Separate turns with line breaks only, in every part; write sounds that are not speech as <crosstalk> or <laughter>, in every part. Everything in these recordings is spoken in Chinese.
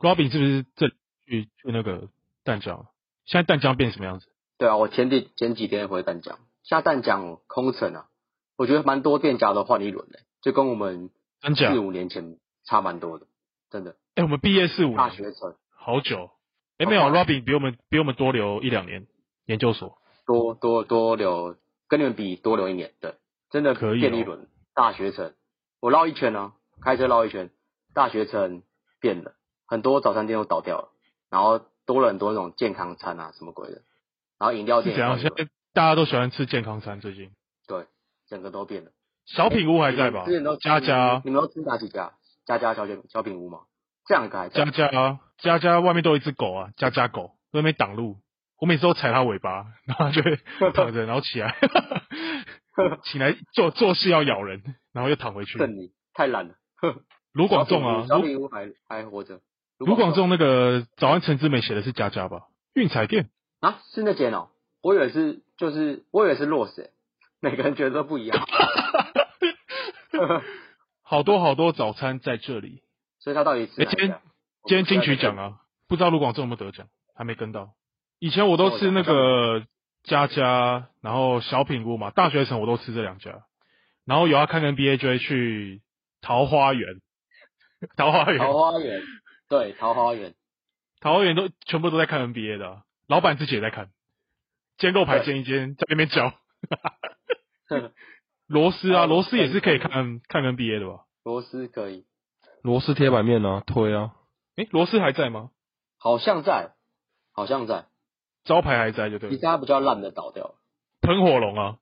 Robin 是不是这去去那个淡江？现在淡江变什么样子？
对啊，我前几前几天回淡江，下淡江空城啊，我觉得蛮多店家都换一轮的、就跟我们
真假
四？五年前差蛮多的，真的。
哎、我们毕业四五
大
年，
学城
好久。哎、没有
好快
，Robin 比我们比我们多留一两年研究所。
多多多留，跟你们比多留一年，对，真的
可以
变
哦
一轮。大学城，我绕一圈啊，开车绕一圈，大学城变了，很多早餐店都倒掉了，然后多了很多那种健康餐啊什么鬼的，然后饮料
是
店
怎
也
样？
换一
现
轮
在大家都喜欢吃健康餐，最近
整个都变了。
小品屋还在吧
哎之前都？
佳佳
你们都吃哪几家？佳佳小卷小品屋吗？这两个还在
佳佳佳佳外面都有一只狗啊，佳佳狗在那边挡路，我每次都踩它尾巴，然后它
<laughs>
就会躺着，然后起来， <laughs> 起来做做事要咬人，然后又躺回去。
剩你太懒了。
卢
卢
广仲啊，
小
卢
品屋还还活着。
卢广仲那个早安陈志美写的是佳佳吧？运彩店
啊，是那间哦，我以为是就是我以为是 Rose，、欸、每个人觉得都不
<laughs>
一样，
好多好多早餐在这里。
所以他到底是
哎
哪
今
一
天
家？
今天金曲奖啊，不知道卢广仲有没有得奖，还没跟到。以前我都吃那
哦
个佳佳，然后小品屋嘛，大学城我都吃这两家，然后有要看 NBA 就会去桃花源， <laughs> 桃花
桃
源，
花源，对，桃花源，
桃花源都全部都在看 NBA 的啊、老板自己也在看，煎肉排
对
煎一煎，在那边嚼。
<laughs>
罗斯啊，
还有
罗斯也是可以
跟
看看 NBA 的吧？
罗斯可以，
螺丝贴板面啊，推啊，
诶，罗斯还在吗？
好像在，好像在，
招牌还在就对
一
了。
家比较烂的倒掉了，
喷火龙啊，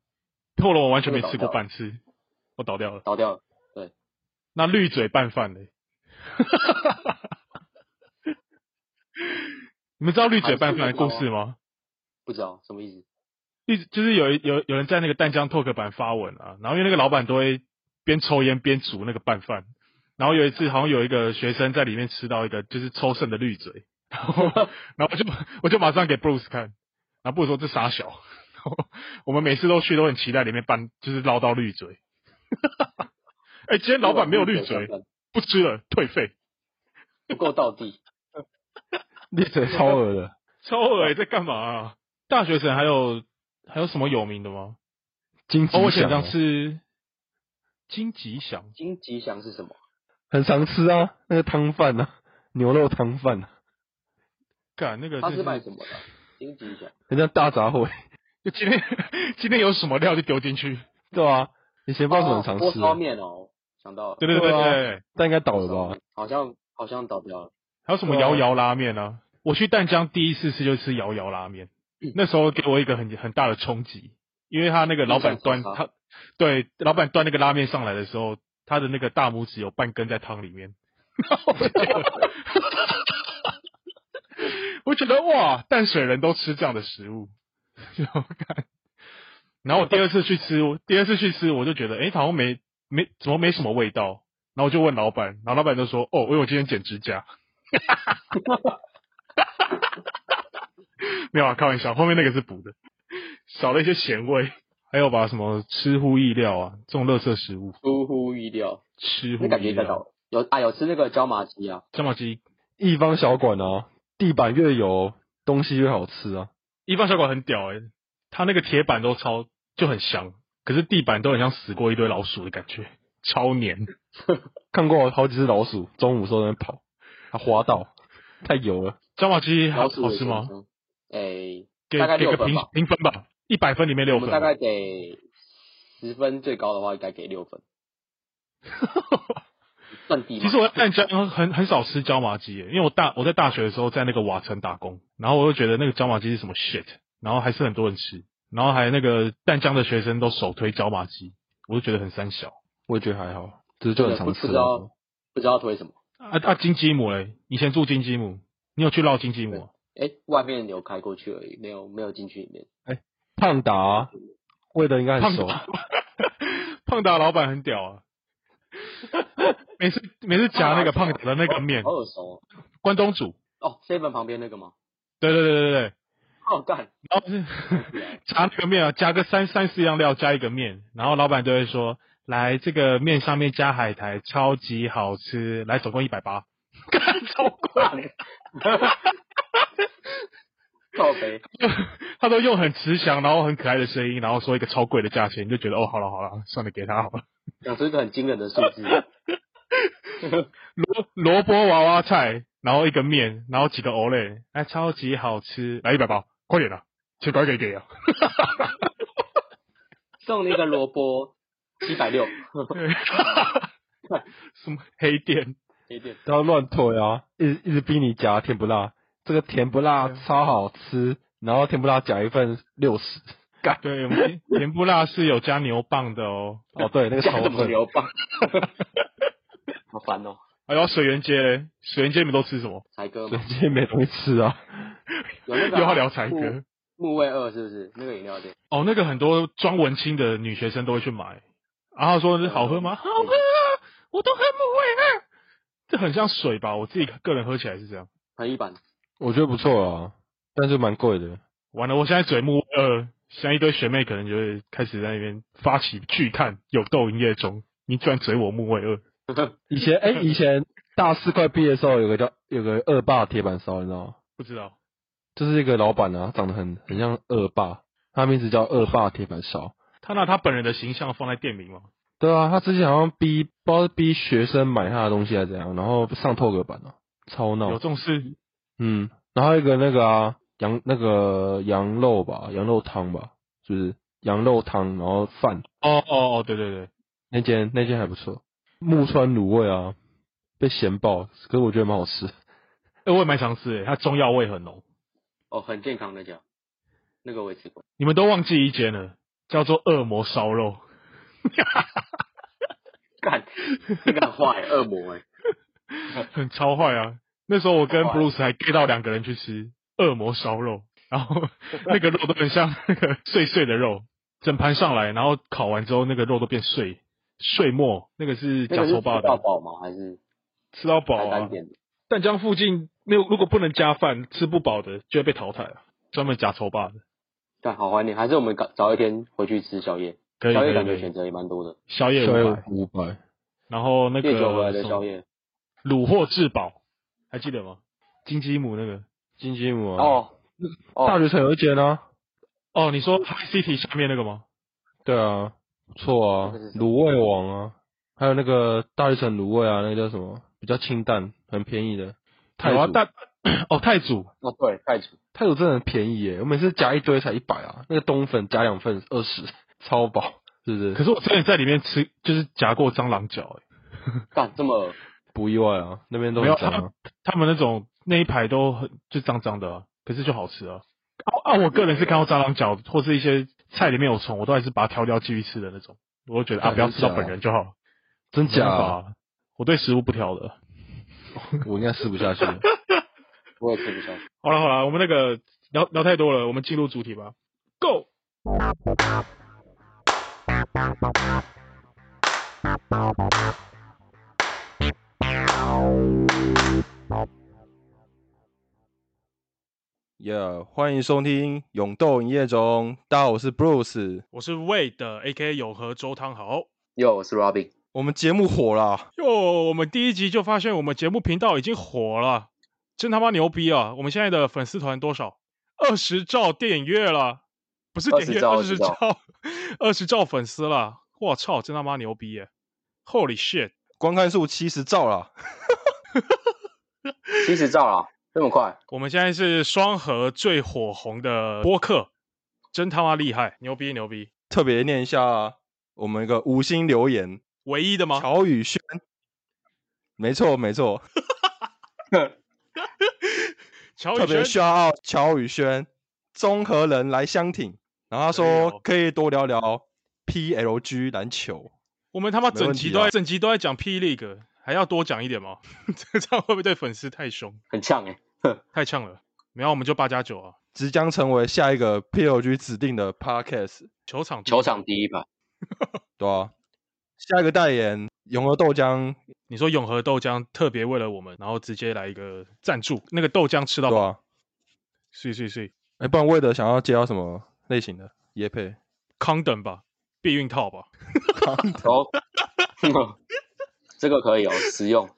喷火龙我完全没
这个
吃过
倒掉了
半次，我倒掉了。
倒掉了，
那绿嘴拌饭嘞？你们知道绿嘴拌饭的故事吗？
不知道什么意思。
一直就是有一有有人在那个淡江 Talk 版发文啊，然后因为那个老板都会边抽烟边煮那个拌饭，然后有一次好像有一个学生在里面吃到一个就是抽剩的绿嘴，然后
嗯
<laughs> 然后我就我就马上给 Bruce 看，然后 Bruce 说这傻小，然后我们每次都去都很期待里面拌就是捞到绿嘴，哎、今天老板没有绿嘴，不吃了，退费。
不够到地，
绿嘴超恶的，
<laughs> 超恶欸在干嘛、啊？大学生还有还有什么有名的吗？
金
哦，我
吉
以
祥
前好像
啊
是金吉祥，
金吉祥是什么？
很常吃啊，那个汤饭啊，牛肉汤饭啊，
干那个
他是
就
卖什么的？金吉祥，
很像大杂烩，
就今天 <laughs> 今天有什么料就丢进去。
对啊，以前不知道
哦
很常
锅
吃
烧
啊，
面哦，想到了，
对对对
对
对，
啊
对
但应该倒
锅
了
烧
吧
面？好像好像倒掉了，
还有什么
对啊
摇摇拉面啊？我去淡江第一次吃就吃摇摇拉面，那时候给我一个很很大的冲击，因为他那个老板端
印象
他对老板端那个拉面上来的时候，他的那个大拇指有半根在汤里面，然后我就觉得我觉得哇，淡水人都吃这样的食物，然后看，然后我第二次去吃，我第二次去吃我就觉得，诶，好像没没怎么没什么味道，然后我就问老板，然后老板就说，哦，因为我今天剪指甲。没有啊，开玩笑，后面那个是补的，少了一些咸味。还有把什么吃乎意料啊，这种垃圾食物，
出乎意料，
吃乎
那感觉
意
应该
料。
倒了。有啊，有吃那个椒麻鸡啊，
姜母鸡，
一方小馆啊，地板越油，东西越好吃啊，
一方小馆很屌诶、它那个铁板都超就很香，可是地板都很像死过一堆老鼠的感觉，超
<laughs>
黏。
看过好几只老鼠，中午的时候在那边跑，它滑倒，太油了，
姜母鸡好
老鼠
好
也
吃
是
吗？？
哎、
给
大概
给
六
个
分
评
吧。
评分吧，一百分里面六
我们
分。啊
大概给十分，最高的话应该给
<laughs>
六分，算低吗。
其实我在淡江很很少吃椒麻鸡耶，因为我大我在大学的时候在那个瓦城打工，然后我就觉得那个椒麻鸡是什么 shit，然后还是很多人吃，然后还那个淡江的学生都首推椒麻鸡，我就觉得很三小。
我也觉得还好，只是就很
真的
常
不
吃
知
啊。
道不知道推什么。
啊啊，金鸡母嘞，以前住金鸡母，你有去绕金鸡母啊？
哎、外面有开过去而已，没有没有进去里面。
胖达、味的应该很
胖
啊
熟，
达， <laughs> 胖达老板很屌
<laughs>
啊，每次每次夹那个胖达的那个面
啊好，耳熟
关东煮，
哦。seven 旁边那个吗？
对对对对对，
哦，干，
然后是加那个面啊，加个三三四样料，加一个面，然后老板就会说，来这个面上面加海苔，超级好吃，来总共一百八，干超怪， <laughs>
靠北，
他都用很慈祥，然后很可爱的声音，然后说一个超贵的价钱，你就觉得哦，好了好了，算了，给他好了。 <laughs>
讲出一个很惊人的数字，
萝萝卜娃娃菜，然后一个面，然后几个欧蕾，哎，超级好吃，来一百包，快点啊，钱赶快给给啊！ <laughs>
送你一个萝卜，七百六，
对什么黑店？
一点
不要乱推啊！一直一直逼你夹甜不辣，这个甜不辣
对
超好吃，然后甜不辣夹一份
<laughs>
六十，干
对，我们甜甜不辣是有加牛蒡的哦。
哦对，那个
加
超
什么
份
牛蒡？好烦哦，
还有哎水源街嘞，水源街你们都吃什么？
才哥
所以
嘛，
今天没东西吃啊，
有那
又
个啊
要聊才
木
哥
木卫二是不是那个饮料店？
哦，那个很多装文青的女学生都会去买，然后说好喝吗？好喝啊，我都喝木味啊。这很像水吧？我自己个人喝起来是这样。
很一般，
我觉得不错啊，但是蛮贵的。
完了，我现在嘴木呃，像一堆学妹可能就会开始在那边发起拒看有豆营业中，你居然嘴我木味二，
以前哎、以前大四快毕业的时候，有个叫有个恶霸铁板烧，你知道吗？
不知道
就是一个老板啊，长得很很像恶霸，他名字叫恶霸铁板烧。
他拿他本人的形象放在店名吗？
对啊，他之前好像逼不知道是逼学生买他的东西还是怎样，然后上透格版了、超
有
闹
这。种事？
嗯，然后还有一个那个啊羊那个羊肉吧，羊肉汤吧，就是羊肉汤，然后饭
哦哦哦，对对对，
那间那间还不错，木川卤味啊，被咸爆，可是我觉得蛮好吃。
哎，我也蛮常吃诶，它中药味很浓。
哦，很健康那家，那个我也吃过，
你们都忘记一间了，叫做恶魔烧肉。
干，那个很坏，恶
<laughs>
魔哎，
很 <laughs> 超坏啊！那时候我跟
超坏
Bruce 还 get 到两个人去吃恶魔烧肉，然后 <laughs> 那个肉都很像 <laughs> 那个碎碎的肉，整盘上来，然后烤完之后那个肉都变碎碎末，那个是
那
加
个是
臭
吃
霸
到
的，
饱吗？还是
吃到饱
还单
啊！
点的？
淡江附近没有，如果不能加饭，吃不饱的就会被淘汰啊！专门加臭霸的，
但好怀念，还是我们早早一天回去吃宵夜，
可以
宵
可
夜
以
感
可
觉
以
选，择也蛮多的，
宵夜
所以
五百，
五百，
然后那个
烈酒回来的
什
宵
么
夜。
虏获至宝，还记得吗？金鸡母那个
金鸡母啊，
哦，
大
哦，
学城有一间啊，
哦，你说 High City 下面那个吗？
对啊，不错啊
那个是，什么
卤味王啊，还有那个大学城卤味啊，那个叫什么？比较清淡，很便宜的。
有啊，但 <coughs> 哦太祖
哦对，盖主，
泰鲁真的很便宜耶，我每次夹一堆才一百啊，那个冬粉夹两份二十， <laughs> 超饱，是不
可
是？
是我之前在里面吃，就是夹过蟑螂脚、欸，
干这么恶
不意外啊，那边都
没有
很脏啊。
他们那种那一排都很就脏脏的、啊，可是就好吃啊。啊啊！我个人是看到蟑螂脚或是一些菜里面有虫，我都还是把它挑掉继续吃的那种。我就觉得啊，
真的
不要吃到
假的
本人就好。
真假
没办
啊、
法啊我对食物不挑的。
我应该吃不 <laughs> 下去。
我也吃不下去。
好了好了，我们那个聊聊太多了，我们进入主题吧。Go！
耶、欢迎收听《勇斗营业中》，大家好，我是 Bruce。
我是魏的 A.K. 永和周汤豪。
哟，我是 Robin，
我们节目火啦，
哟，我们第一集就发现我们节目频道已经火了，真他妈牛逼啊！我们现在的粉丝团多少？二十兆电影月了，不是点阅
20兆
二十兆， <laughs> 二十兆粉丝了！我操，真他妈牛逼耶！Holy shit！
观看数七十兆啦。
七十兆啦，这么快？
我们现在是双核最火红的播客，真他妈厉害，牛逼牛逼！
特别念一下啊我们一个五星留言，
唯一的吗？
乔宇轩。没错，没错，
乔
特
宇
别
轩
需要乔宇轩，综合人来相挺。然后他
可以哦
说可以多聊聊 PLG 篮球，
我们他妈
没
整
问
集
题
都在、
啊
整集都在讲 P League，还要多讲一点吗？ <laughs> 这样会不会对粉丝太凶？
很呛哎、
太呛了，然后我们就八加九啊，
即将成为下一个 PLG 指定的 Podcast，
球场地
球，场第一排，
对啊，下一个代言永和豆浆，
你说永和豆浆特别为了我们，然后直接来一个赞助，那个豆浆吃到
对
饱，
吧、啊？
碎碎碎
哎、不然为了想要接到什么类型的也配，
，condom 吧，避孕套吧，
<laughs> 哦，这个可以哦，实用。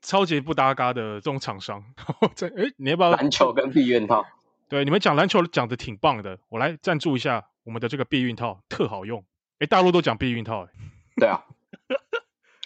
超级不搭嘎的这种厂商， <laughs> 然后在哎，你要不要
篮球跟避孕套，
对，你们讲篮球讲的挺棒的，我来赞助一下我们的这个避孕套，特好用。诶，大陆都讲避孕套，诶
对啊，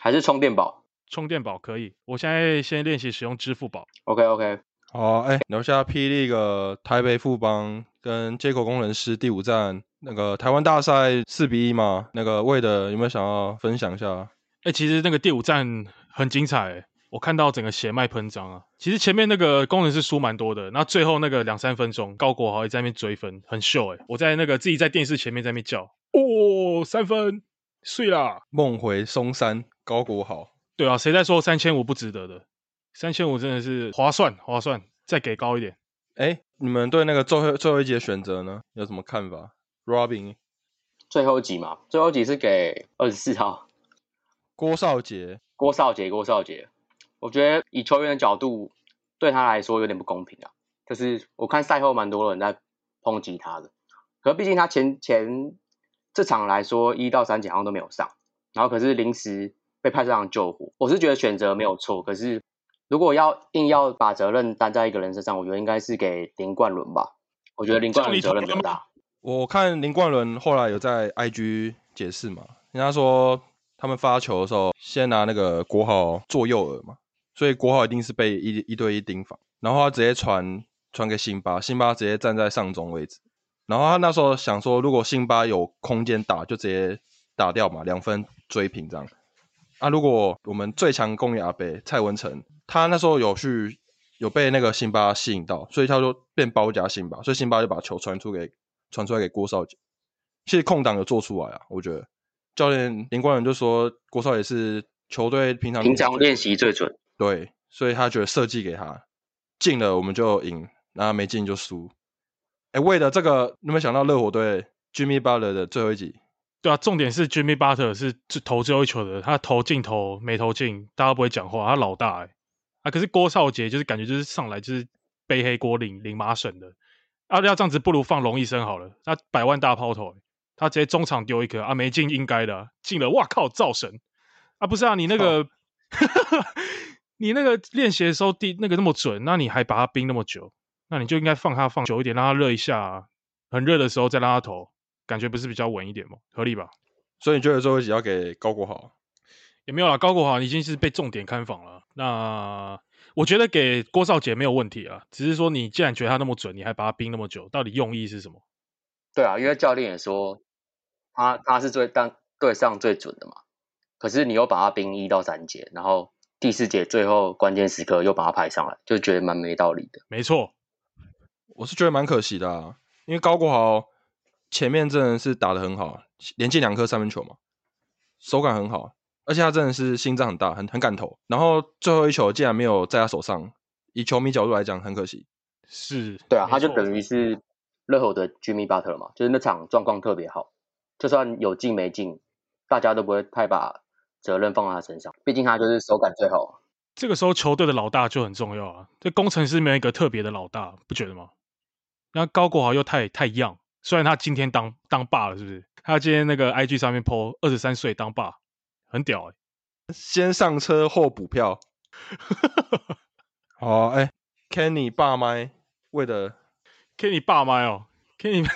还是充电宝。
充电宝可以。我现在先练习使用支付宝。
OK OK，
好，哎、留下霹雳个台北富邦跟街口工程师第五站那个台湾大赛四比一嘛，那个魏的有没有想要分享一下？
哎，其实那个第五站很精彩、欸，我看到整个血脉喷张啊。其实前面那个工程师输蛮多的，那最后那个两三分钟，高国豪也在那边追分，很秀哎、我在那个自己在电视前面在那边叫，哦，三分碎啦。
梦回松山高国豪，
对啊，谁在说三千五不值得的？三千五真的是划算，划算，再给高一点。
哎、你们对那个最后最后一节选择呢有什么看法？Robin、
最后一集嘛，最后一集是给二十四号
郭少杰，
郭少杰，郭少杰。我觉得以球员的角度，对他来说有点不公平啊。就是我看赛后蛮多人在抨击他的，可毕竟他前前这场来说一到三节好像都没有上，然后可是临时被派上救火，我是觉得选择没有错，可是如果要硬要把责任担在一个人身上，我觉得应该是给林冠伦吧。我觉得林冠伦责任比较大。
我看林冠伦后来有在 IG 解释嘛，人家说他们发球的时候先拿那个国豪做诱饵嘛，所以国豪一定是被一一对一盯防，然后他直接传传给辛巴，辛巴直接站在上中位置，然后他那时候想说，如果辛巴有空间打，就直接打掉嘛，两分追平这样。啊，如果我们最强公园阿北蔡文成，他那时候有去有被那个辛巴吸引到，所以他就变包夹辛巴，所以辛巴就把球传出给传出来给郭少杰。其实空档有做出来啊，我觉得教练林冠伦就说郭少杰是球队平常
平常练习最准，
对，所以他觉得设计给他进了我们就赢，然后没进就输。哎，为了这个，你有没有想到热火队 Jimmy Butler 的最后一集？
对啊，重点是 Jimmy Butler 是最投最后一球的，他投进投没投进，大家不会讲话，他老大哎、啊，可是郭少杰就是感觉就是上来就是背黑锅领领麻绳的，啊要这样子不如放龙医生好了，他百万大抛投、欸他直接中场丢一颗啊没进应该的啊、进了哇靠造神啊不是啊你那个 <laughs> 你那个练习的时候第那个那么准，那你还把他冰那么久，那你就应该放他放久一点，让他热一下、啊，很热的时候再让他投，感觉不是比较稳一点吗？合理吧？
所以你觉得最后一集要给高国豪？
也没有啦，高国豪已经是被重点看防了。那我觉得给郭少杰没有问题啊，只是说你既然觉得他那么准，你还把他冰那么久，到底用意是什么？
对啊，因为教练也说他他是最当对上最准的嘛，可是你又把他冰一到三节，然后第四节最后关键时刻又把他派上来，就觉得蛮没道理的。
没错，
我是觉得蛮可惜的、啊，因为高国豪前面真的是打得很好，连进两颗三分球嘛，手感很好，而且他真的是心脏很大，很很敢投。然后最后一球竟然没有在他手上，以球迷角度来讲很可惜。
是，
对啊，
没
他就
错
等于是热火的 Jimmy Butler 嘛，就是那场状况特别好，就算有进没进，大家都不会太把责任放在他身上，毕竟他就是手感最好。
这个时候球队的老大就很重要啊。这工程师没有一个特别的老大，不觉得吗？那高国豪又太太 young，虽然他今天当当爸了，是不是？他今天那个 IG 上面 po 二十三岁当爸，很屌哎、
先上车后补票。 <laughs> 好、哎、k e n n y 爸麦为了
Kenny 爸妈哦，Kenny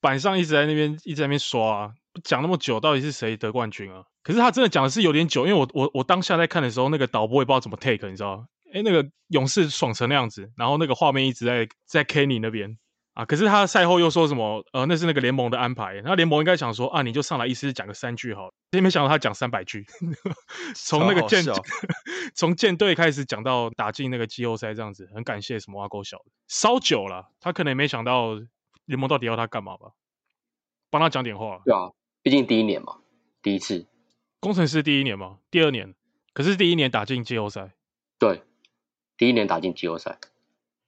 板上一直在那边一直在那边刷、啊，讲那么久，到底是谁得冠军啊？可是他真的讲的是有点久，因为我我我当下在看的时候，那个导播也不知道怎么 take，你知道吗？哎，那个勇士爽成那样子，然后那个画面一直在在 Kenny 那边啊，可是他赛后又说什么？呃，那是那个联盟的安排，那联盟应该想说啊，你就上来一次讲个三句好了，结果没想到他讲三百句， <laughs> 从那个
超好
舰
笑
从舰队开始讲到打进那个季后赛这样子，很感谢什么挖沟小的烧酒了，他可能也没想到联盟到底要他干嘛吧，帮他讲点话。
对啊，毕竟第一年嘛，第一次。
工程师第一年嘛，第二年，可是第一年打进季后赛，
对，第一年打进季后赛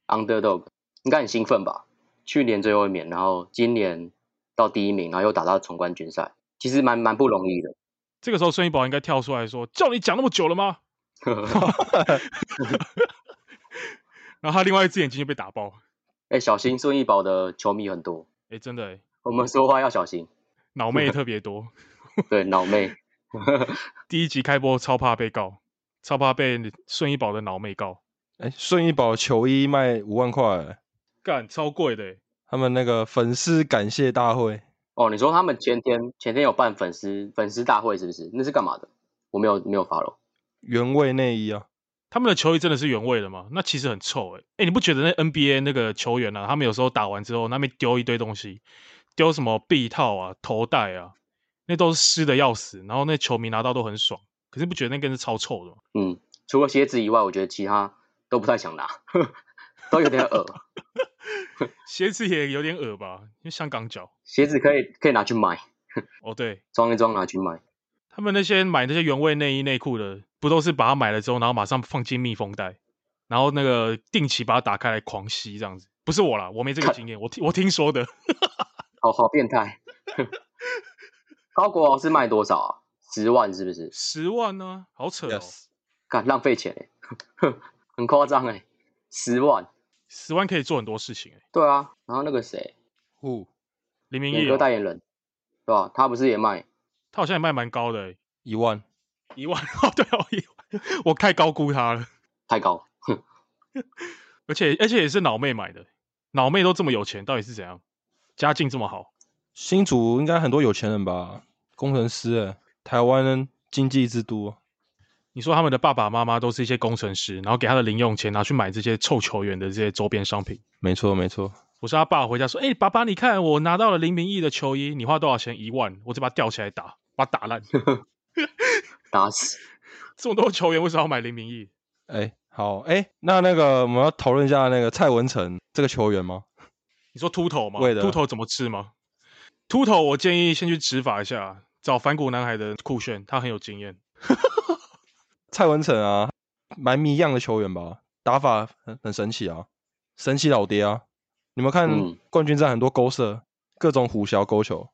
，Underdog 应该很兴奋吧？去年最后一名，然后今年到第一名，然后又打到总冠军赛，其实蛮蛮不容易的。 <laughs>
这个时候孙一宝应该跳出来说：“叫你讲那么久了吗？”然后他另外一只眼睛就被打爆。
哎、小心孙一宝的球迷很多，
哎，真的诶，
我们说话要小心。
<laughs>
脑妹特别多。
对，脑妹，
第一集开播超怕被告，超怕被顺义宝的脑妹告，
哎，顺义宝球衣卖五万块欸，
干超贵的欸、
他们那个粉丝感谢大会，
哦，你说他们前天前天有办粉丝粉丝大会是不是？那是干嘛的？我没有没有 follow。
原味内衣啊，
他们的球衣真的是原味的吗？那其实很臭诶、欸。诶、你不觉得那 NBA 那个球员啊，他们有时候打完之后，那边丢一堆东西，丢什么臂套啊、头带啊，那都是湿的要死。然后那球迷拿到都很爽，可是不觉得那根是超臭的吗？
嗯，除了鞋子以外，我觉得其他都不太想拿， <laughs> 都有点恶。 <laughs>
鞋子也有点恶吧，因为香港脚。
鞋子可以可以拿去买，
哦，对，
装一装拿去卖。
他们那些买那些原味内衣内裤的，不都是把它买了之后，然后马上放进密封袋，然后那个定期把它打开来狂吸这样子？不是我啦，我没这个经验，我听我听说的。
好好变态。 <laughs> 高国豪是卖多少啊？十万是不是？
<laughs> 十万呢、好扯哦
Yes
干浪费钱哎、 <laughs> 很夸张哎，十万。
十万可以做很多事情、欸。
对啊，然后那个谁，
哦，
林明
野
义
哥
哦、
代言人，对吧、他不是也卖？
他好像也卖蛮高的、欸，
一万，
一万 <laughs> 哦，对哦，一万，我太高估他了，
太高。
而且而且也是脑妹买的，脑妹都这么有钱，到底是怎样？家境这么好，
新竹应该很多有钱人吧，工程师哎、台湾经济之都啊，
你说他们的爸爸妈妈都是一些工程师，然后给他的零用钱拿去买这些臭球员的这些周边商品。
没错没错，
我是他爸回家说：“哎、爸爸，你看我拿到了林明义的球衣，你花多少钱？一万，我就把他吊起来打，把他打烂。
打死。
这么多球员为什么要买林明义？
哎、好哎、那那个我们要讨论一下那个蔡文成这个球员吗？
你说秃头吗？
为了
秃头怎么吃吗？秃头，我建议先去执法一下，找反骨男孩的酷炫，他很有经验。
蔡文成啊，蛮迷样的球员吧，打法很很神奇啊，神奇老爹啊！你们看
嗯
冠军战很多勾射，各种虎小勾球，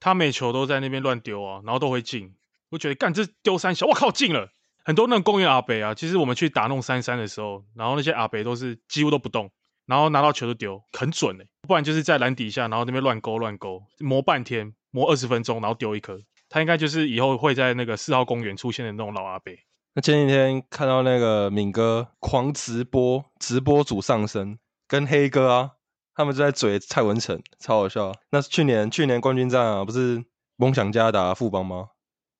他每球都在那边乱丢啊，然后都会进。我觉得干这丢三小，我靠进了。很多那种公园阿北啊，其实我们去打那种三三的时候，然后那些阿北都是几乎都不动，然后拿到球就丢，很准哎、不然就是在篮底下，然后那边乱勾乱勾，磨半天，磨二十分钟，然后丢一颗。他应该就是以后会在那个四号公园出现的那种老阿北。
那前几天看到那个敏哥狂直播，直播主上身跟黑哥啊，他们就在嘴蔡文成，超好笑。那是去年去年冠军战啊，不是梦想家打富邦吗？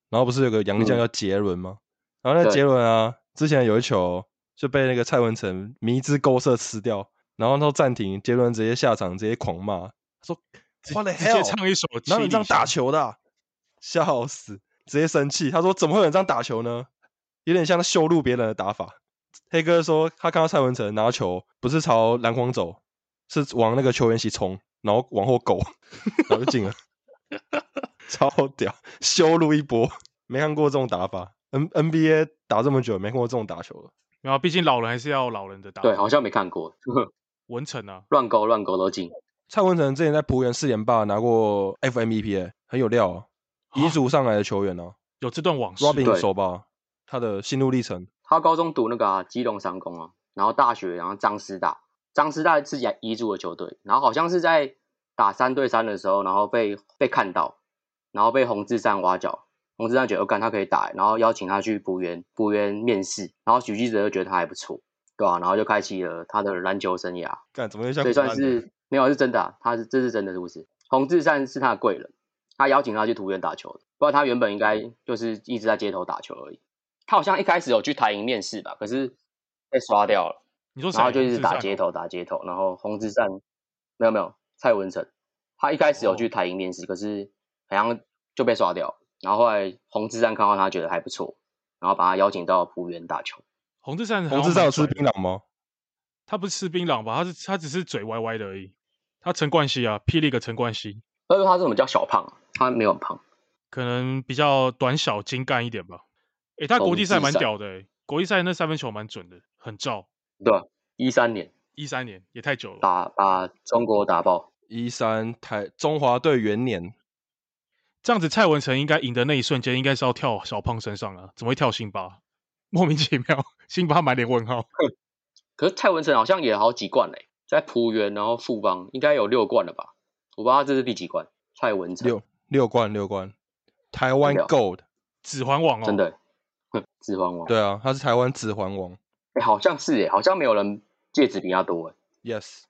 然后不是有个洋将
嗯
叫杰伦吗？然后那
对
杰伦啊，之前有一球就被那个蔡文成迷之勾射吃掉，然后到暂停，杰伦直接下场直接狂骂，说 What the
直接
hell？
唱一首，
哪有人这样打？球的啊、笑死，直接生气。他说：“怎么会有人这样打球呢？有点像在羞辱别人的打法。”黑哥说：“他看到蔡文成拿球，不是朝篮筐走，是往那个球员席冲，然后往后勾，然后就进了， <laughs> 超屌，羞辱一波。没看过这种打法，N NBA 打这么久，没看过这种打球了。
然啊后毕竟老人还是要老人的打。
对，好像没看过， <laughs>
文成啊，
乱勾乱勾都进。
蔡文成之前在璞园四连霸拿过 FMVP，、欸、很有料、啊，遗族上来的球员哦、
有这段往事。
Robin
对
手吧，他的心路历程。
他高中读那个、啊、基隆商工啊，然后大学然后张师大，张师大自己遗嘱的球队，然后好像是在打三对三的时候，然后被被看到，然后被洪志善挖角，洪志善觉得哦干他可以打，然后邀请他去补员补员面试，然后许记者就觉得他还不错，对吧、然后就开启了他的篮球生涯，
干怎么又像
所以算
胡乱的
是没有是真的、啊，他是这是真的是不是？洪志善是他的贵人，他邀请他去桃园打球的，不然他原本应该就是一直在街头打球而已。他好像一开始有去台营面试吧，可是被刷掉了，
你说谁？
然后就一
洪
直
志
打
善
街
哦
头打街头，然后洪志善没有没有蔡文成，他一开始有
哦
去台营面试，可是好像就被刷掉，然后后来洪志善看到他觉得还不错，然后把他邀请到浦园打球，
洪志善，
洪志照有吃槟榔吗？
他不是吃槟榔吧？他是他只是嘴歪歪的而已。他陈冠希啊，霹雳个陈冠希，
而且他这种叫小胖啊，他没有很胖，
可能比较短小精干一点吧。诶、他
哦
国际赛蛮屌的、欸，国际赛那三分球蛮准的，很照。
对吧、一三年
一三年也太久了，
打把中国打爆。
一三台中华队元年，
这样子蔡文成应该赢的那一瞬间，应该是要跳小胖身上啊，怎么会跳辛巴？莫名其妙，辛巴满脸问号。
可是蔡文成好像也好几冠嘞、在浦原，然后富邦应该有六冠了吧？我不知道他这是第几冠。蔡文成
六六冠六冠，台湾
真的
Gold
指环王哦，
真的指环王。
对啊，他是台湾指环王
哎、好像是哎，好像没有人戒指比他多哎，
，yes，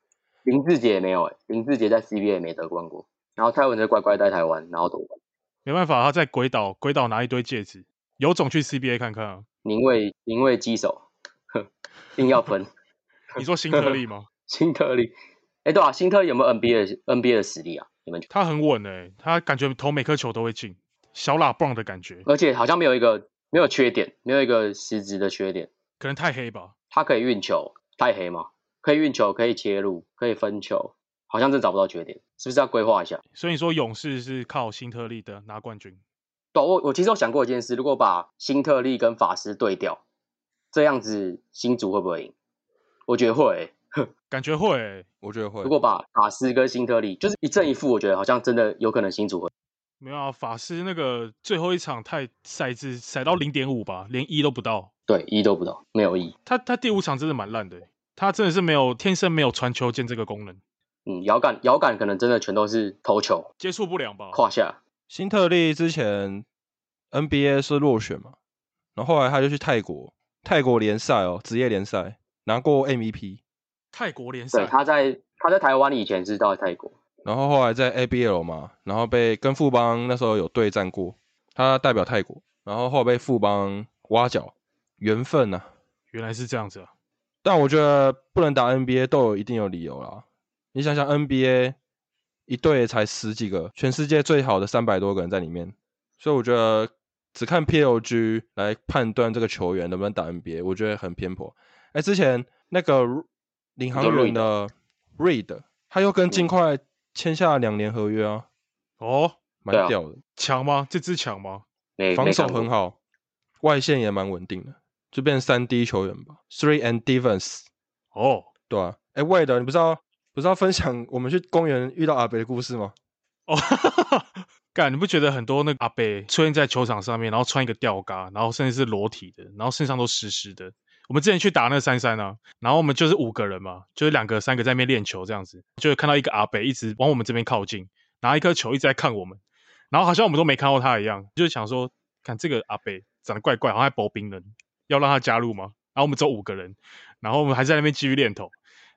林志杰也没有哎，林志杰在 CBA 也没得冠过，然后蔡文哲乖乖在台湾，然后夺冠。
没办法，他在鬼岛，鬼岛拿一堆戒指，有种去 CBA 看看啊！
宁为宁为鸡手，呵硬要喷
你说新特利吗？
新特利。哎、对啊，新特利有没有 NBA 的 NBA 的实力啊？你们觉得？
他很稳诶、欸他感觉投每颗球都会进，小喇棒的感觉，
而且好像没有一个没有缺点，没有一个实质的缺点。
可能太黑吧。
他可以运球，太黑嘛，可以运球，可以切入，可以分球，好像真找不到缺点，是不是要规划一下？
所以你说勇士是靠新特利的拿冠军，
对啊，我我其实有想过一件事，如果把新特利跟法师对调，这样子新竹会不会赢？我觉得会欸、
感觉会欸、
我觉得会
如。果把法师跟新特利就是一正一负，我觉得好像真的有可能新竹会。
没有啊，法师那个最后一场太赛制赛到零点五吧，连一都不到。
对，一都不到，没有一。
他他第五场真的蛮烂的欸、他真的是没有天生没有传球键这个功能，
嗯，遥感遥感可能真的全都是头球
接触不良吧。
胯下，
新特利之前 NBA 是落选嘛，然后后来他就去泰国，泰国联赛哦，职业联赛拿过 MVP，
泰国联
啊
对，
赛，
他在他在台湾以前是到泰国，
然后后来在 ABL 嘛，然后被跟富邦那时候有对战过，他代表泰国，然后后来被富邦挖角，缘分呐、
原来是这样子啊。
但我觉得不能打 NBA 都有一定有理由啦。你想想 NBA 一队才十几个，全世界最好的三百多个人在里面，所以我觉得只看 PLG 来判断这个球员能不能打 NBA，我觉得很偏颇。哎，之前那个领航员的 Reed，他又跟金块签下两年合约啊，
哦，
对
蛮
啊
屌的，
强吗？这支强吗？
没
防
没
守
看过
很好，外线也蛮稳定的，就变三 D 球员吧，Three and Defense。
哦，
对啊，哎，魏的，你不知道不知道分享我们去公园遇到阿北的故事吗？
哦， <laughs> 干，你不觉得很多那个阿伯出现在球场上面，然后穿一个吊嘎，然后甚至是裸体的，然后身上都湿湿的。我们之前去打那个三三啊，然后我们就是五个人嘛，就是两个、三个在那边练球这样子，就会看到一个阿北一直往我们这边靠近，拿一颗球一直在看我们，然后好像我们都没看到他一样，就是想说，看这个阿北长得怪怪，好像还薄冰人，要让他加入吗？然后我们只有五个人，然后我们还在那边继续练头，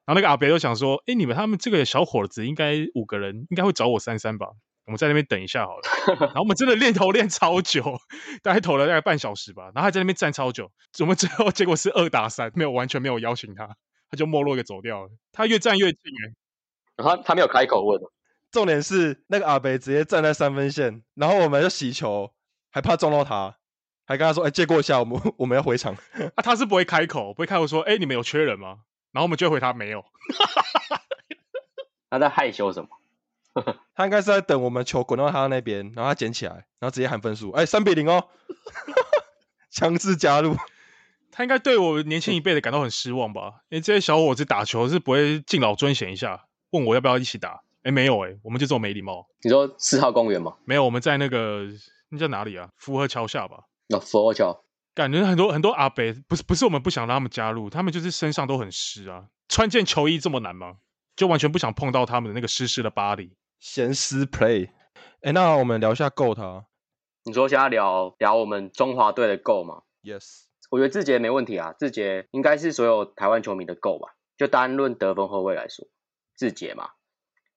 然后那个阿北就想说，哎，你们他们这个小伙子应该五个人应该会找我三三吧，我们在那边等一下好了。然后我们真的练头练超久， <laughs> 大概投了大概半小时吧，然后还在那边站超久。我们最后结果是二打三，没有完全没有邀请他，他就没落给走掉了。他越站越近、欸，
然后他他没有开口问，
重点是那个阿北直接站在三分线，然后我们就洗球，还怕撞到他，还跟他说：“哎，借过一下，我们我们要回场。 <laughs>
啊，他是不会开口，不会开口说，哎、你们有缺人吗？然后我们就会回他没有。
他在害羞什么？”
他应该是在等我们球滚到他那边，然后他捡起来，然后直接喊分数，哎，三比零哦， <laughs> 强制加入。 <laughs>
他应该对我年轻一辈的感到很失望吧？因为这些小伙子打球是不会敬老尊贤一下，问我要不要一起打？哎、没有哎、我们就这么没礼貌。
你说四号公园吗？
没有，我们在那个那叫哪里啊？福和桥下吧。
有哦佛球，
感觉很多很多阿北，不是不是我们不想让他们加入，他们就是身上都很湿啊。穿件球衣这么难吗？就完全不想碰到他们的那个湿湿的 body。
闲思 play。哎，那我们聊一下 GOAT 啊
你说现在聊聊我们中华队的 GO 吗？
，yes，
我觉得志杰没问题啊，志杰应该是所有台湾球迷的 GO 吧。就单论得分后卫来说，志杰嘛，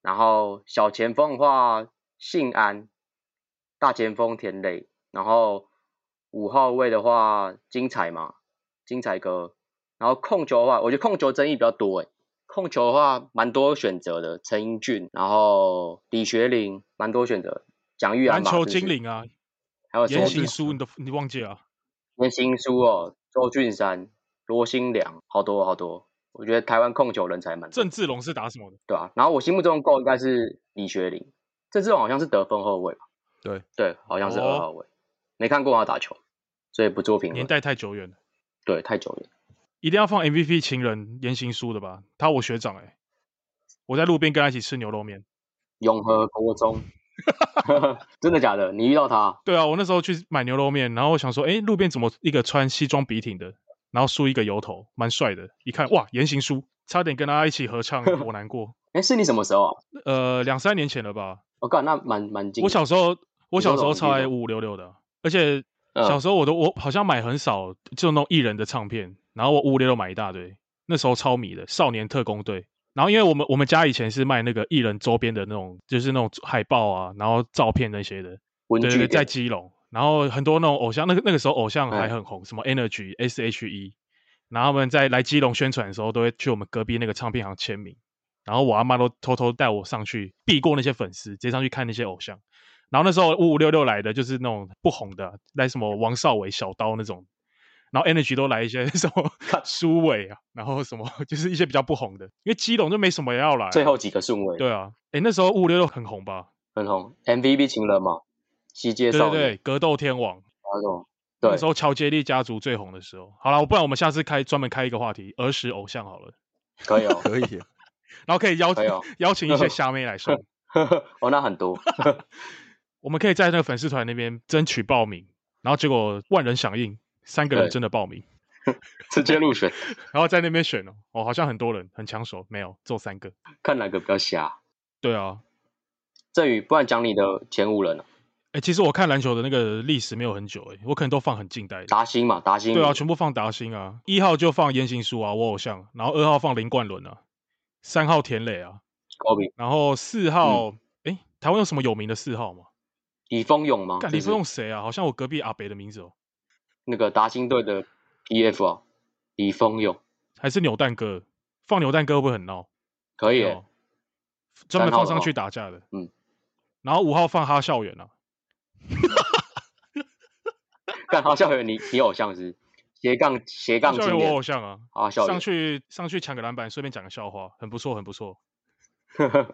然后小前锋的话，信安，大前锋田磊，然后五号位的话，精彩嘛，精彩哥，然后控球的话，我觉得控球争议比较多诶、控球的话蛮多选择的，陈英俊，然后李学林，蛮多选择，蒋玉安
篮
嘛，
球
是不是
精，灵啊，
还有什
言
么
行书你都你忘记了啊？
严新书哦，周俊山、罗新良，好多好多。我觉得台湾控球人才蛮多
郑志龙是打什么的？
对啊。然后我心目中的 GO 应该是李学林，这种好像是得分后卫吧？
对
对，好像是
哦
二号位，没看过他打球，所以不做评
年
论。
代太久远了，
对，太久远。
一定要放 MVP 情人言行书的吧？他我学长哎、我在路边跟他一起吃牛肉面。
永和
<laughs>
国中，真的假的？你遇到他？
对啊，我那时候去买牛肉面，然后我想说，哎，路边怎么一个穿西装笔挺的，然后梳一个油头，蛮帅的，一看哇，言行书，差点跟他一起合唱《我难过》。
哎，是你什么时候啊？哦
呃，两三年前了吧。
我、靠，那蛮蛮近的。
我小时候，我
你说
小时候
老
超
地
爱
方
五五六六的，而且
嗯
小时候我都我好像买很少，就那种艺人的唱片，然后我五六都买一大堆，那时候超迷的《少年特工队》。然后因为我们我们家以前是卖那个艺人周边的那种，就是那种海报啊，然后照片那些的，
文
对对
具
对，在
店，
基隆，然后很多那种偶像，那个那个时候偶像还
嗯
很红，什么 Energy、S.H.E，然后他们在来基隆宣传的时候，都会去我们隔壁那个唱片行签名，然后我阿妈都偷偷带我上去避过那些粉丝，直接上去看那些偶像。然后那时候五五六六来的就是那种不红的，来什么王少伟、小刀那种，然后 Energy 都来一些 <laughs> 什么苏伟啊，然后什么就是一些比较不红的，因为基隆就没什么人要来啊、
最后几个顺位，
对啊，诶，那时候五五六六很红吧？
很红，MVP 情人嘛，西街
对
少
对
年，
对，格斗天王。
那种，
那
对
时，候乔杰利家族最红的时候。好了，不然我们下次开专门开一个话题，儿时偶像好了，
可以哦，
可以，
然后可以邀
可以哦
邀请一些虾妹来
<laughs>
上，
哦，那
<laughs>
很多，
我们可以在那个粉丝团那边争取报名，然后结果万人响应，三个人
对
真的报名，
直接入选，
然后在那边选哦，哦，好像很多人很抢手，没有，只有三个。
看哪个比较瞎。
对啊，
振宇，不然讲你的前五人啊，
哎、其实我看篮球的那个历史没有很久、诶，我可能都放很近代的。
达兴嘛，达兴，
对啊，全部放达兴啊，一号就放言行书啊，我偶像，然后二号放林冠伦啊，三号田磊啊，
科比，
然后四号，
嗯
哎、台湾有什么有名的四号吗？
李峰勇嘛，
干
就
李
是
峰用谁啊？好像我隔壁阿北的名字哦，
那个达兴队的 PF 啊，李峰勇
还是扭蛋哥？放扭蛋哥会不会很闹？
可以耶
有，专门放
三号的
上去
哦
打架的。
嗯，
然后五号放哈校园啊，
干哈校园你你偶像是斜杠斜
哈
杠
校园
青
我偶
年
像啊，
哈校
上
园，
去上去抢个篮板，顺便讲个笑话，很不错，很不错。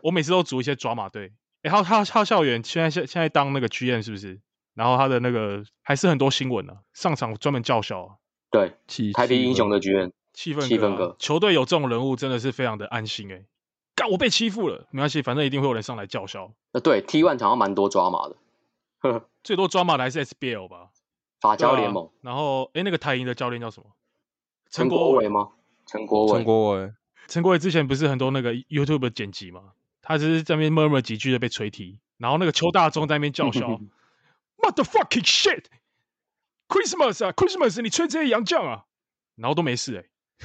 我每次都组一些抓马队。哎、哈哈哈校园现在现现在当那个 GM 是不是？然后他的那个还是很多新闻啊，上场专门叫嚣、啊，
<laughs> 对，
<laughs> 气
台啤英雄的剧院，
气氛
气
哥啊
氛哥
球队有这种人物真的是非常的安心哎、干我被欺负了，没关系，反正一定会有人上来叫嚣。
呃，对，T one 好像蛮多抓马的，
最多抓马的还是 SBL 吧，
法
对啊
交联盟，
然后，哎、那个台银的教练叫什么？
陈
陈国
伟
伟？
吗？陈国
陈
伟，
国伟，
陈国伟之前不是很多那个 YouTube 剪辑嘛，他只是在那边 murmur 几句就被锤踢，然后那个邱大中在那边叫嚣
<laughs>
，motherfucking shit，Christmas 啊，Christmas，你吹这些洋将啊，然后都没事哎、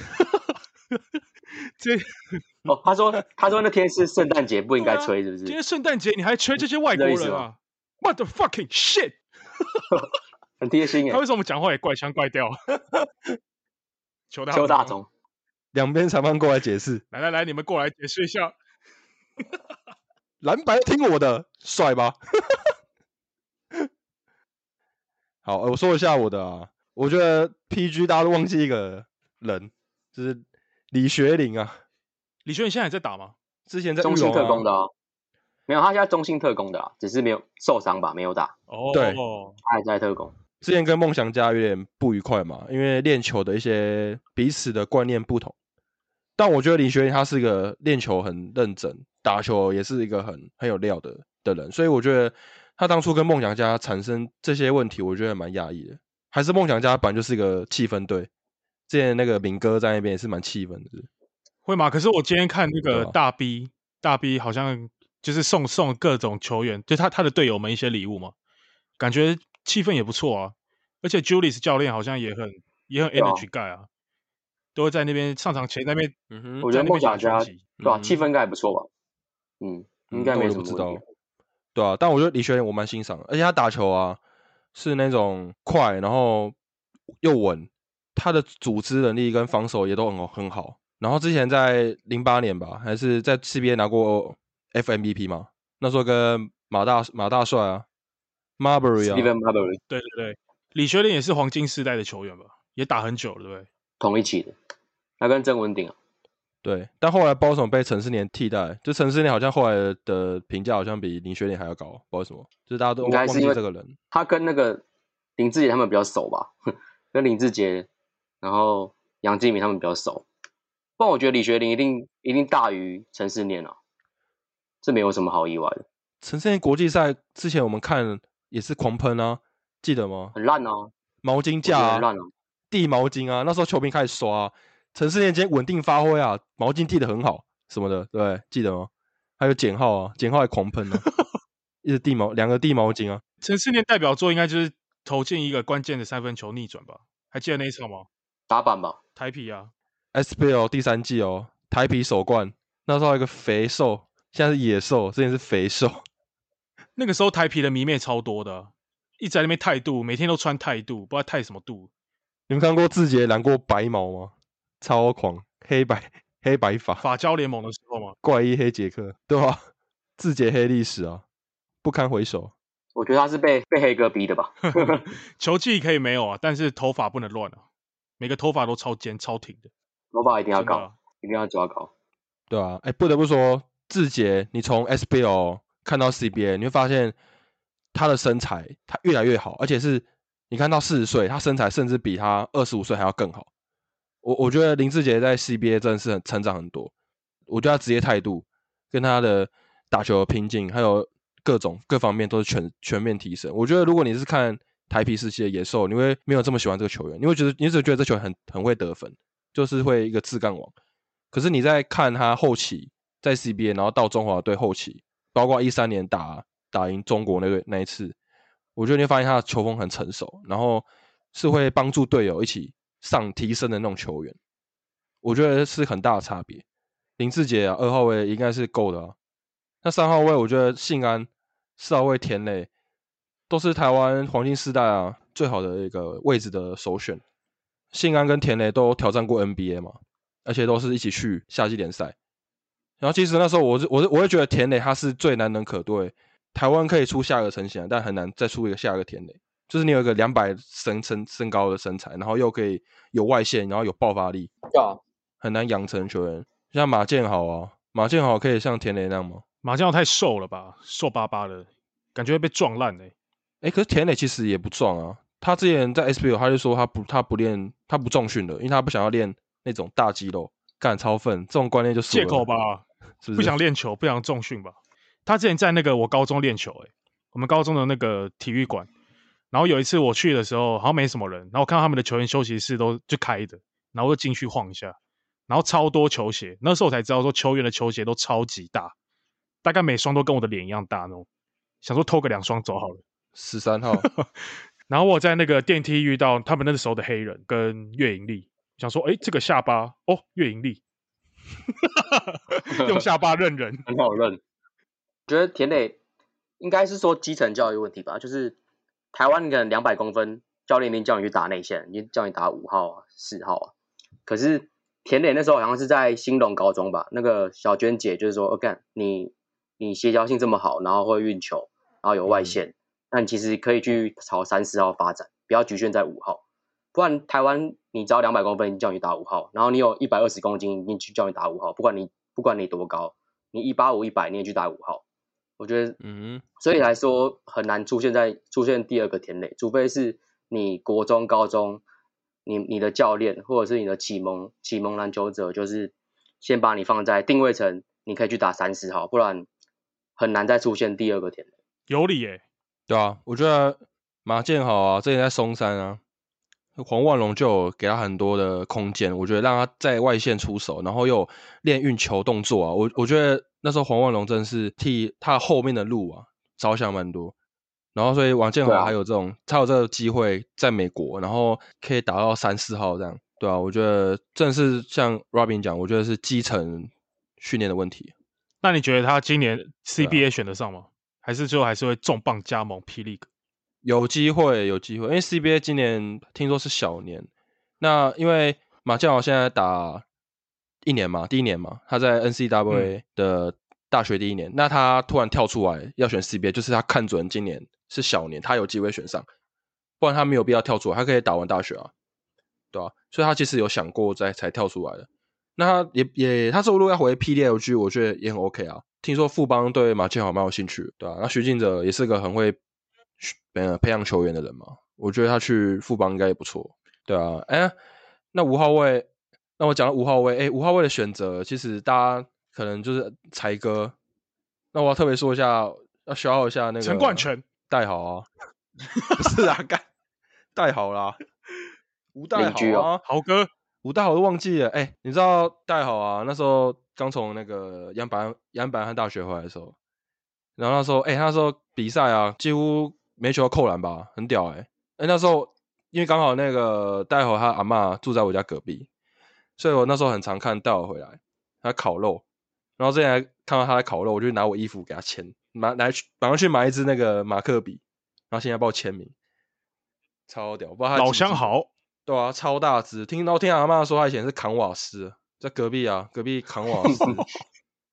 这
哦，他说他说那天是圣诞节，不应该
对啊
吹，是不是
今？天圣诞节你还吹这些外国
是这
人
意思
啊，motherfucking shit，
很贴心耶
他，为什么讲话也怪腔怪调？ <laughs> 邱大
邱大
中，
中，
两边裁判过来解释，
来来来，你们过来解释一下。
蓝白听我的，帅吧？ <laughs> 好，呃我说一下我的啊，我觉得 PG 大家都忘记一个人，就是李学林啊，
李轩，你现在还在打吗？
之前在
中
玉
信
龙
特
啊
工的啊，没有，他现在中信特工的啊，只是没有受伤吧，没有打，
哦，
对
他还在特工，
之前跟梦想家有点不愉快嘛，因为练球的一些彼此的观念不同。但我觉得李学林他是一个练球很认真，打球也是一个很很有料的的人，所以我觉得他当初跟梦想家产生这些问题，我觉得蛮讶异的。还是梦想家本来就是一个气氛队，之前那个敏哥在那边也是蛮气愤的。
会吗？可是我今天看那
对
个
啊
大 B，大 B 好像就是送送各种球员，就他他的队友们一些礼物嘛，感觉气氛也不错啊。而且 Julius 教练好像也很也很
对啊
energy guy 啊，都会在那边上场前那边
嗯哼
我觉
在那
得
边
梦想
讲
家
拳击
对吧？
嗯
气氛应该还不错吧？嗯，应该
嗯
没什
但我都
么
不知
问
道
题。。啊
对啊，但我觉得李学仁我蛮欣赏的，而且他打球啊是那种快，然后又稳，他的组织能力跟防守也都很很好。然后之前在零八年吧，还是在 CBA 拿过 FMVP 嘛，那时候跟马大马大帅啊，Marbury 啊
Steven Marbury
对对对，李学林也是黄金世代的球员吧，也打很久了，对不对？
同一起的，那跟郑文鼎啊，
对，但后来包总被陈思年替代，就陈思年好像后来的评价好像比林学林还要高，不知道为什么，就是大家都
应
忘
该
忘
是
记
因为
这个人。
他跟那个林志杰他们比较熟吧， <laughs> 跟林志杰，然后杨敬敏他们比较熟。不然我觉得李学林一定一定大于陈世年啊，这没有什么好意外的，
陈思年国际赛之前我们看也是狂喷啊，记得吗？
很烂啊，
毛巾
我觉
架
得很
啊
烂，啊，
递毛巾啊，那时候球评开始刷、啊，陈世年今天稳定发挥啊，毛巾递的很好什么的，对不对，记得吗？还有简浩啊，简浩还狂喷呢、啊，一直递毛两个递毛巾啊，
陈世年代表作应该就是投进一个关键的三分球逆转吧？还记得那一场吗？
打板吧，
台皮啊，
SBL 第三季哦，台啤首冠，那时候还有一个肥瘦，现在是野兽，之前是肥瘦， <laughs>
那个时候台皮的迷妹超多的啊，一直在那边态度，每天都穿态度，不知道态什么度。
你们看过字节染过白毛吗？超狂，黑白黑白发，
法交联盟的时候嘛，
怪医黑杰克，对吧？ <laughs> 字节黑历史啊，不堪回首。
我觉得他是被被黑哥逼的吧。
<laughs> 球技可以没有啊，但是头发不能乱啊，每个头发都超尖超挺的，
头发一定要
真的
高
啊，
一定要抓高。
对啊，哎，不得不说，志杰，你从 SBL 看到 CBA，你会发现他的身材他越来越好，而且是你看到四十岁，他身材甚至比他二十五岁还要更好。我我觉得林志杰在 CBA 真的是很成长很多，我觉得他职业态度跟他的打球的拼劲，还有各种各方面都是全全面提升。我觉得如果你是看台皮时期的野兽，你会没有这么喜欢这个球员，你会觉得你只觉得这球员很很会得分，就是会一个自干王。可是你在看他后期在 CBA，然后到中华队后期，包括一三年打打赢中国那个那一次，我觉得你会发现他的球风很成熟，然后是会帮助队友一起上提升的那种球员，我觉得是很大的差别。林志杰啊，二号位应该是够的啊。那三号位，我觉得信安、四号位田磊都是台湾黄金时代啊最好的一个位置的首选。信安跟田磊都挑战过 NBA 嘛，而且都是一起去夏季联赛。然后其实那时候我是我是我会觉得田磊他是最难能可贵，台湾可以出下一个陈翔，但很难再出一个下一个田磊。就是你有一个两百身身身高的身材，然后又可以有外线，然后有爆发力，
对啊，
很难养成球员。像马建豪啊，马建豪可以像田磊那样吗？
麻将太瘦了吧，瘦巴巴的，感觉会被撞烂哎、
哎，可是田磊其实也不壮啊。他之前在 SBL，他就说他不他不练他不重训了，因为他不想要练那种大肌肉，干超粪这种观念就是
借口，吧，
是不
不
是？
想练球，不想重训吧。他之前在那个我高中练球、欸，我们高中的那个体育馆，然后有一次我去的时候，好像没什么人，然后我看到他们的球员休息室都就开的，然后我就进去晃一下，然后超多球鞋，那时候我才知道说球员的球鞋都超级大，大概每双都跟我的脸一样大那种，想说偷个两双走好了。
十三号
然后我在那个电梯遇到他们那时候的黑人跟月盈利，想说，哎，这个下巴哦，月盈利， <laughs> 用下巴认人。
很好认。我觉得田磊应该是说基层教育问题吧，就是台湾可能两百公分，教练一定叫你去打内线，一定叫你打五号啊、四号啊。可是田磊那时候好像是在兴隆高中吧，那个小娟姐就是说，哦，干你你协调性这么好，然后会运球，然后有外线，那你其实可以去朝三四号发展，不要局限在五号。不然台湾你只要两百公分，叫你打五号，然后你有一百二十公斤，你去叫你打五号，不管你不管你多高，你一八五一百你也去打五号，我觉得
嗯，
所以来说很难出现在出现第二个田垒，除非是你国中、高中，你你的教练或者是你的启蒙启蒙篮球者，就是先把你放在定位成你可以去打三四号，不然很难再出现第二个田垒。
有理耶、欸
对啊，我觉得马建豪啊，之前在松山啊，黄万龙就有给他很多的空间，我觉得让他在外线出手，然后又有练运球动作啊，我我觉得那时候黄万龙真的是替他后面的路啊着想蛮多，然后所以王建
对
豪
啊
还有这种，他有这个机会在美国，然后可以打到三四号这样，对啊，我觉得正是像 Robin 讲，我觉得是基层训练的问题。
那你觉得他今
啊
年 CBA 选得上吗？还是最后还是会重磅加盟霹雳？
有机会，有机会，因为 CBA 今年听说是小年，那因为马建豪现在打一年嘛，第一年嘛，他在 NCAA 的大学第一年，那他突然跳出来要选 CBA，就是他看准今年是小年，他有机会选上，不然他没有必要跳出来，他可以打完大学啊，对啊，所以他其实有想过再才跳出来的。那他也也，他如果要回 PDLG，我觉得也很 OK 啊。听说富邦对马建豪蛮有兴趣的，对啊，那徐敬哲也是个很会训呃培养球员的人嘛，我觉得他去富邦应该也不错，对啊。哎，那五号位，那我讲到五号位，哎，五号位的选择，其实大家可能就是才哥。那我要特别说一下，要消耗一下那个
陈冠全
代豪啊， <laughs> 不是啊，干代豪啦，吴代
邻居哦
豪啊，
豪哥
吴代豪都忘记了。哎、你知道代豪啊？那时候刚从那个杨百杨百翰大学回来的时候，然后那时候哎、他那时候比赛啊，几乎没球扣篮吧，很屌哎、哎、那时候因为刚好那个戴和他阿嬷住在我家隔壁，所以我那时候很常看戴和回来，他烤肉，然后之前还看到他在烤肉，我就拿我衣服给他签，拿拿去马上去买一支那个马克笔，然后现在帮我签名，超屌，我不知道他
老
几
相
几
好，
对啊，超大只。听，然后听阿嬷说，她以前是扛瓦斯，在隔壁啊，隔壁扛瓦 <laughs> 斯。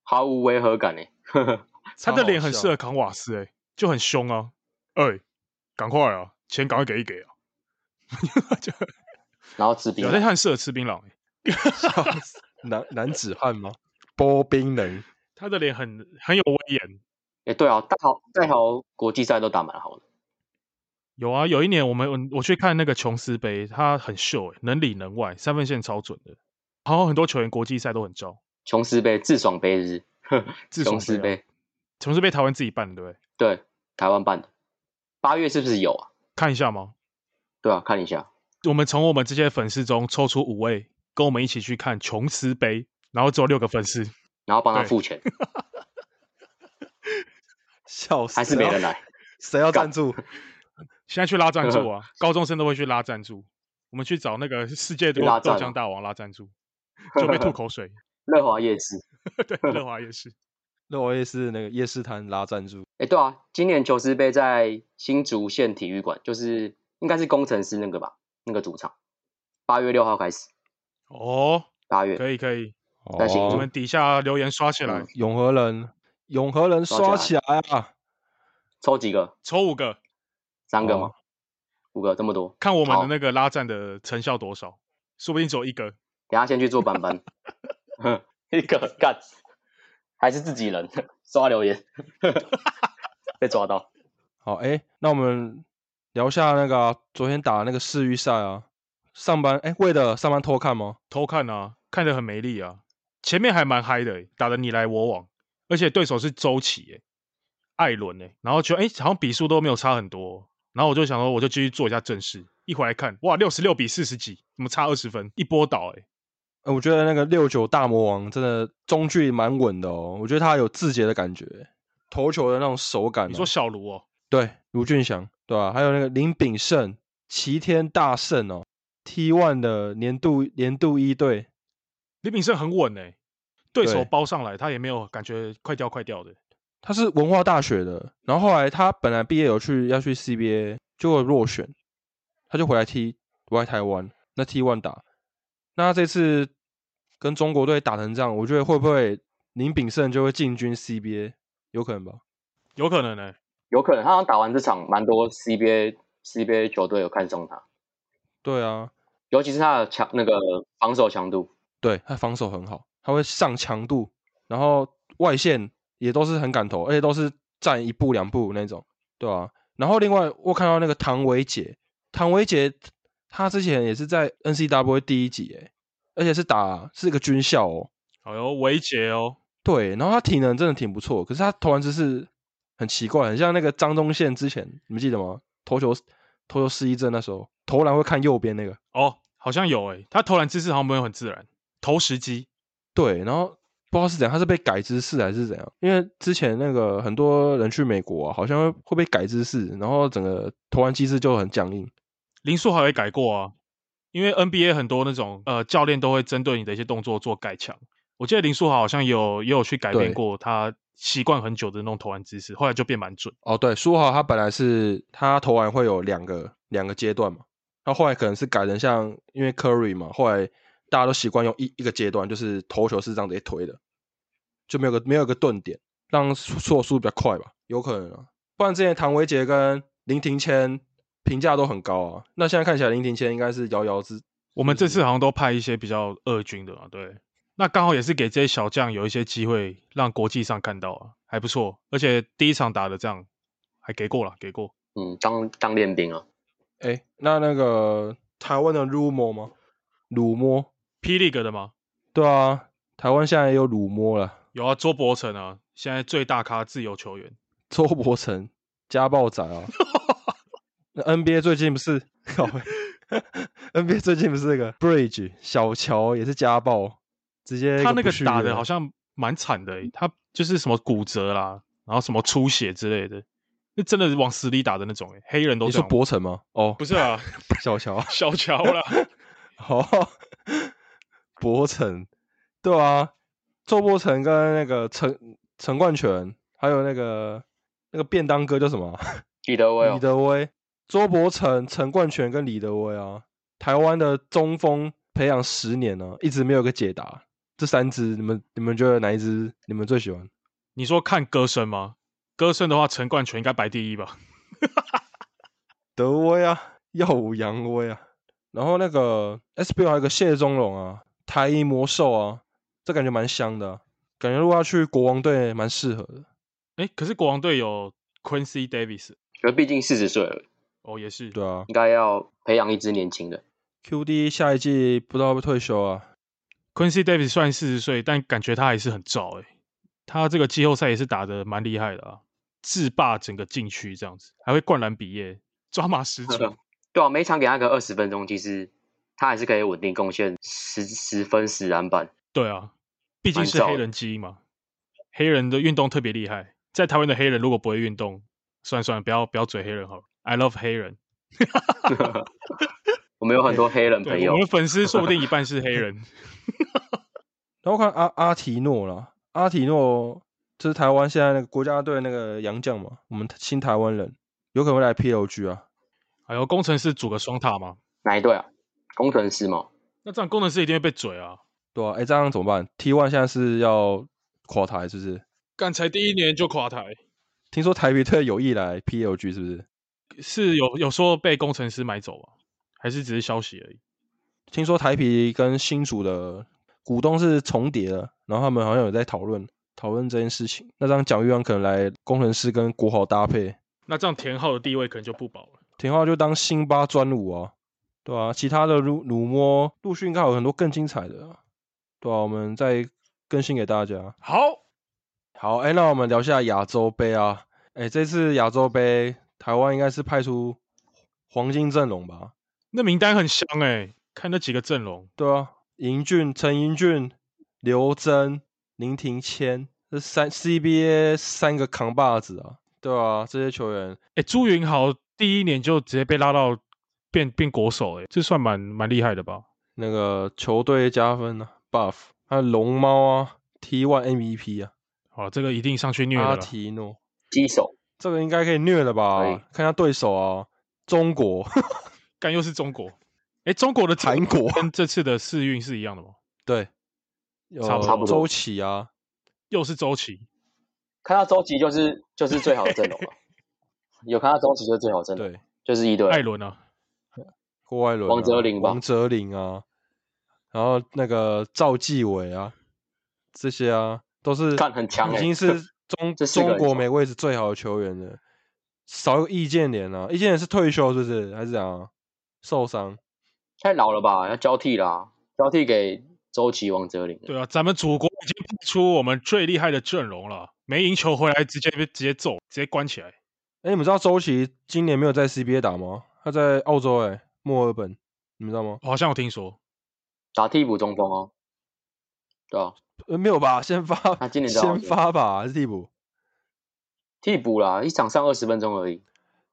毫无违和 <laughs> 感呢。欸
他的脸很适合
<laughs> 合，
扛瓦斯、欸，就很凶啊，哎、赶快啊，钱赶快给一给啊，就
然后吃冰
啊
有，但他很适合吃槟榔、欸，
笑死男男子汉吗？波冰人，
他的脸很很有威严。
哎，对啊，大豪大豪国际赛都打蛮好的，
有啊，有一年我们我我去看那个琼斯杯，他很秀、欸，能里能外，三分线超准的，然后很多球员国际赛都很招。
琼斯杯、自爽杯日， <laughs>
自
琼
爽
斯
杯啊
杯，
琼斯杯台湾自己办的，对不对？
对，台湾办的，八月是不是有啊？
看一下吗？
对啊，看一下，
我们从我们这些粉丝中抽出五位，跟我们一起去看琼斯杯，然后只有六个粉丝，
然后帮他
对
付钱，
笑死！
还是没人来。
谁要
干
赞助？
现在去拉赞助
<laughs>
啊，高中生都会去拉赞助。我们去找那个世界
去
豆
拉
豆
赞
浆
啊
大王拉赞
<laughs>
助，就被吐口水。 <laughs>
乐华夜市，
对，乐华也是。
那我也是那个夜市摊拉赞助，
哎，对啊，今年琼斯杯在新竹县体育馆，就是应该是工程师那个吧，那个主场，八月六号开始，
哦，
八月
可以可以，
在新
我
竹
们底下留言刷起来
哦嗯，
永和人，永和人
刷
刷
起
起来啊！
抽几个？
抽五个，
三个吗？
哦
五个？这么多？
看我们的
好
那个拉赞的成效多少，说不定只有一个。
等下先去做板 <laughs> 板，一个干，还是自己人 <laughs> 刷留言，被抓到。
好，哎、那我们聊一下那个啊、昨天打那个世预赛啊，上班哎、为的上班偷看吗？
偷看啊，看得很没力啊。前面还蛮嗨的欸、打得你来我往，而且对手是周琦、欸、艾伦、欸，然后就哎、诶好像比数都没有差很多哦、然后我就想说，我就继续做一下正事。一回来看，哇，六十六比四十几，怎么差二十分？一波倒、欸，
呃我觉得那个六九大魔王真的中距离蛮稳的哦，我觉得他有字节的感觉，投球的那种手感啊、
你说小卢哦、
对，卢俊祥对吧、还有那个林炳胜，齐天大圣哦，T One 的年度年度一队，
李炳胜很稳哎、对手
对
包上来，他也没有感觉快掉快掉的。
他是文化大学的，然后后来他本来毕业有去要去 CBA，结果落选，他就回来踢回来台湾，那 T One 打，那他这次跟中国队打成这样，我觉得会不会林炳胜就会进军 CBA？有可能吧。
有可能呢、欸
有可能他好像打完这场，蛮多 CBA CBA 球队有看中他，
对啊，
尤其是他的强那个防守强度。
对他防守很好，他会上强度，然后外线也都是很敢投，而且都是站一步两步那种，对啊。然后另外我看到那个唐维杰，唐维杰他之前也是在 N C W 第一级诶，而且是打是一个军校哦，
哎呦，维杰哦，
对。然后他体能真的挺不错，可是他投篮姿势很奇怪，很像那个张东宪之前你们记得吗？投球投球失忆症那时候，投篮会看右边那个，
哦，好像有哎、他投篮姿势好像没有很自然，投石机
对，然后不知道是怎样，他是被改姿势还是怎样？因为之前那个很多人去美国啊，好像会会被改姿势，然后整个投篮机制就很僵硬。
林书豪也改过啊，因为 NBA 很多那种呃教练都会针对你的一些动作做改强。我记得林书豪好像也有也有去改变
对
过他习惯很久的那种投篮姿势，后来就变蛮准。
哦，对，苏豪他本来是他投篮会有两个两个阶段嘛，他后来可能是改成像因为 Curry 嘛，后来大家都习惯用一一个阶段，就是投球是这样直接推的，就没有个没有个顿点，让速速度比较快吧，有可能啊。不然之前唐维杰跟林庭谦评价都很高啊，那现在看起来林庭谦应该是遥遥之。
我们这次好像都派一些比较二军的嘛，对，那刚好也是给这些小将有一些机会，让国际上看到啊，还不错。而且第一场打的这样，还给过了，给过。
嗯，当当练兵啊，
哎，那那个台湾的 rumor 吗？乳摸，
霹雳哥的吗？
对啊，台湾现在也有乳摸了。
有啊，周伯成啊，现在最大咖自由球员，
周伯成家暴仔
<laughs>
啊！那 NBA 最近不是靠背，NBA 最近不是那个 Bridge 小乔也是家暴，直接
他那个
个不续
打
约
的好像蛮惨的欸、他就是什么骨折啦，然后什么出血之类的，那真的是往死里打的那种、欸，黑人都
你
这
说
样。
博城吗？哦，
不是啊， <laughs>
小乔，
小乔
<laughs>
啦，
哦，博城，对啊，周伯城跟那个陈陈冠权，还有那个那个便当哥叫什么啊？
记得我
李
有
德威、周伯成、陈冠权跟李德威啊，台湾的中锋培养十年呢、一直没有个解答。这三支，你们你们觉得哪一支你们最喜欢？
你说看歌声吗？歌声的话，陈冠全应该排第一吧？
德威啊，耀武扬威啊。然后那个 SBL 还有个谢宗龙啊，台一魔兽啊，这感觉蛮香的啊、感觉如果要去国王队蛮适合的。
哎、可是国王队有 Quincy Davis，
可是毕竟四十岁了，
哦，也是，
对啊
应该要培养一支年轻的。
，QD 下一季不知道会不会退休啊？
Quincy Davis 虽然四十岁，但感觉他还是很燥诶、他这个季后赛也是打得蛮厉害的啊，制霸整个禁区这样子，还会灌篮比耶，抓马
<laughs>
十足。
对啊，每一场给他个二十分钟，其实他还是可以稳定贡献十十分十篮板。
对啊，毕竟
蛮
是
燥
黑
的
人基因嘛，黑人的运动特别厉害。在台湾的黑人如果不会运动，算了算了，不要不要嘴黑人好了。I love 黑人，
我们有很多黑人朋
对，
友
我们，的粉
<laughs>
丝说不定一半是黑人。
然后看阿阿提诺啦，阿提诺这是台湾现在那个国家队那个洋将嘛，我们新台湾人有可能会来 PLG 啊。
还哎有工程师组个双塔嘛，
哪一队啊？工程师嘛，
那这样工程师一定会被嘴啊。
对啊，哎，这样怎么办？T One 现在是要垮台是不是？
干才第一年就垮台，
听说台皮队有意来 PLG 是不是？
是有有说被工程师买走啊，还是只是消息而已？
听说台皮跟新竹的股东是重叠的，然后他们好像有在讨论讨论这件事情。那这样蒋玉安可能来工程师跟国豪搭配，
那这样田浩的地位可能就不保了。
田浩就当辛巴专武啊，对啊，其他的鲁鲁摸陆续应该有很多更精彩的啊、对啊，我们再更新给大家。
好，
好，哎、那我们聊一下亚洲杯啊，哎、这次亚洲杯台湾应该是派出黄金阵容吧？
那名单很香哎、看那几个阵容，
对啊，尹俊、陈英俊、刘真、林庭谦，这三 CBA 三个扛把子啊，对啊，这些球员
哎、朱云豪第一年就直接被拉到变变国手哎、这算蛮蛮厉害的吧？
那个球队加分啊，buff，还有龙猫啊，T One MVP 啊，
好，这个一定上去虐
阿
的啦。
提诺，
击手
这个应该可以虐了吧
可以？
看下对手啊，
<laughs>
中国、
干又是中国，哎、中国的
韩国，
跟这次的世运是一样的吗？
对，
差不多
有周琦啊，
又是周琦，
看到周琦就是就是最好的阵容了。有看到周琦就是最好的阵容，
对，
就是一队
艾伦啊，
郭艾伦、啊
王哲林吧
王哲林啊，然后那个赵继伟啊，这些啊都是
干很强欸
已经是中
这四个
中
人
国
强
每位置最好的球员了。少一个易建联啊，易建联是退休是不是？还是怎样啊？受伤？
<laughs> 太老了吧，要交替啦，交替给周琦、王哲林。
对啊，咱们祖国已经派出我们最厉害的阵容了，没赢球回来直接被直接揍，直接关起来。
哎、你们知道周琦今年没有在 CBA 打吗？他在澳洲哎、墨尔本，你们知道吗？
我好像有听说，
打替补中锋哦，对啊，
呃，没有吧？先发，
他今年在澳
先
洲
发吧，还是替补？
替补啦，一场上二十分钟而已。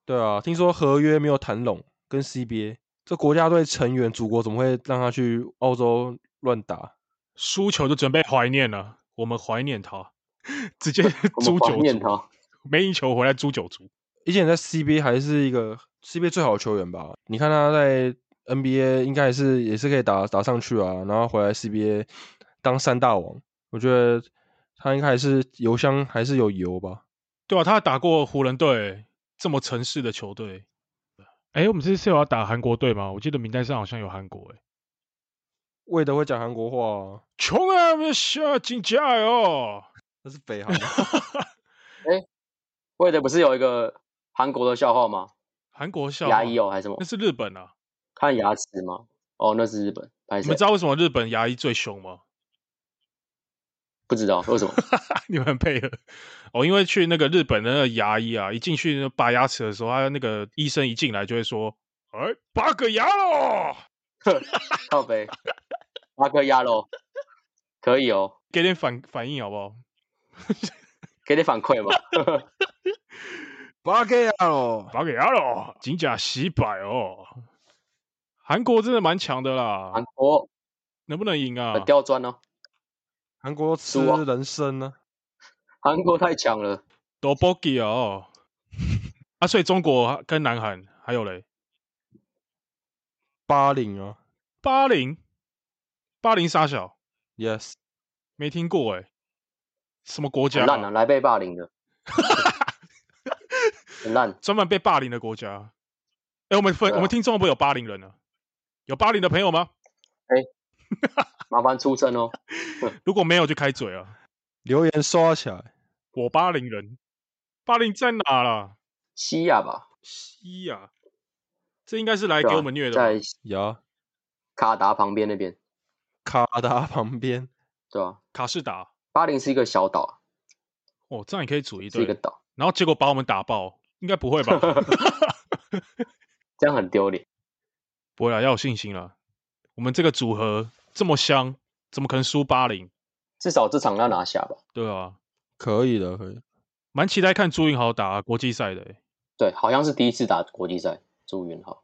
对啊，听说合约没有谈拢，跟 CBA 这国家队成员，祖国怎么会让他去澳洲乱打？
输球就准备怀念了，我们怀念他， <laughs> 直接
我
诛
们怀
九
念
族，
他，
没赢球回来诛九族。
以前在 CBA 还是一个 CBA 最好的球员吧？你看他在 NBA 应该还是也是可以打打上去啊，然后回来 CBA 当三大王，我觉得他应该还是油箱还是有油吧。
对啊，他还打过湖人队这么城市的球队。哎，我们这次有要打韩国队吗？我记得名单上好像有韩国。哎，
魏德会讲韩国话、啊，
穷啊，没下竞价哟。
那是北韩啊。
<laughs> 为的不是有一个韩国的笑话吗？
韩国笑话
牙医哦还是什么
那？是日本啊。
看牙齿吗？哦，那是日本，拍
你
谁
们知？道为什么日本牙医最凶吗？ <laughs>
不知道为什么？ <laughs>
你们很配合哦，因为去那个日本的那个牙医啊，一进去拔牙齿的时候，他那个医生一进来就会说：“哎，拔个牙喽，
靠背，八哥鸭肉可以哦，
给点反反应好不好
给你反馈嘛。
八 K 啊哦，
把给阿了，金甲洗百哦。韩国真的蛮强的啦
韩，国
能不能赢啊
很？刁钻哦，
韩国吃
输啊
人参呢、
韩国太强了，
都 b o g y 哦。 <laughs> 啊，所以中国跟南韩还有嘞，
八零啊
八零八零杀小
，yes，
没听过哎、什么国家
很烂
啊、
啊，来被
<laughs>
霸凌的，很烂。
专门被霸凌的国家？哎、我们分、
对啊
我们听众会不会有八零人呢、啊有八零的朋友吗？
麻烦出声哦。
如果没有就开嘴啊！
留言刷起来。
我八零人，八零在哪啦？
西亚吧，
西呀、这应该是来
对
给
啊
我们虐的吧。
在
呀，
卡达旁边那边，
卡达 <laughs> 旁边
对吧、
卡士达，
巴林是一个小岛，啊
哦，这样也可以组一
是一个
队，
岛，
然后结果把我们打爆，应该不会
<laughs>
吧？
这样很丢脸。
不会啦，要有信心啦。我们这个组合这么香，怎么可能输八零？
至少这场要拿下吧。
对啊，
可以的，可以。
蛮期待看朱云豪打国际赛的、欸。
对，好像是第一次打国际赛，朱云浩，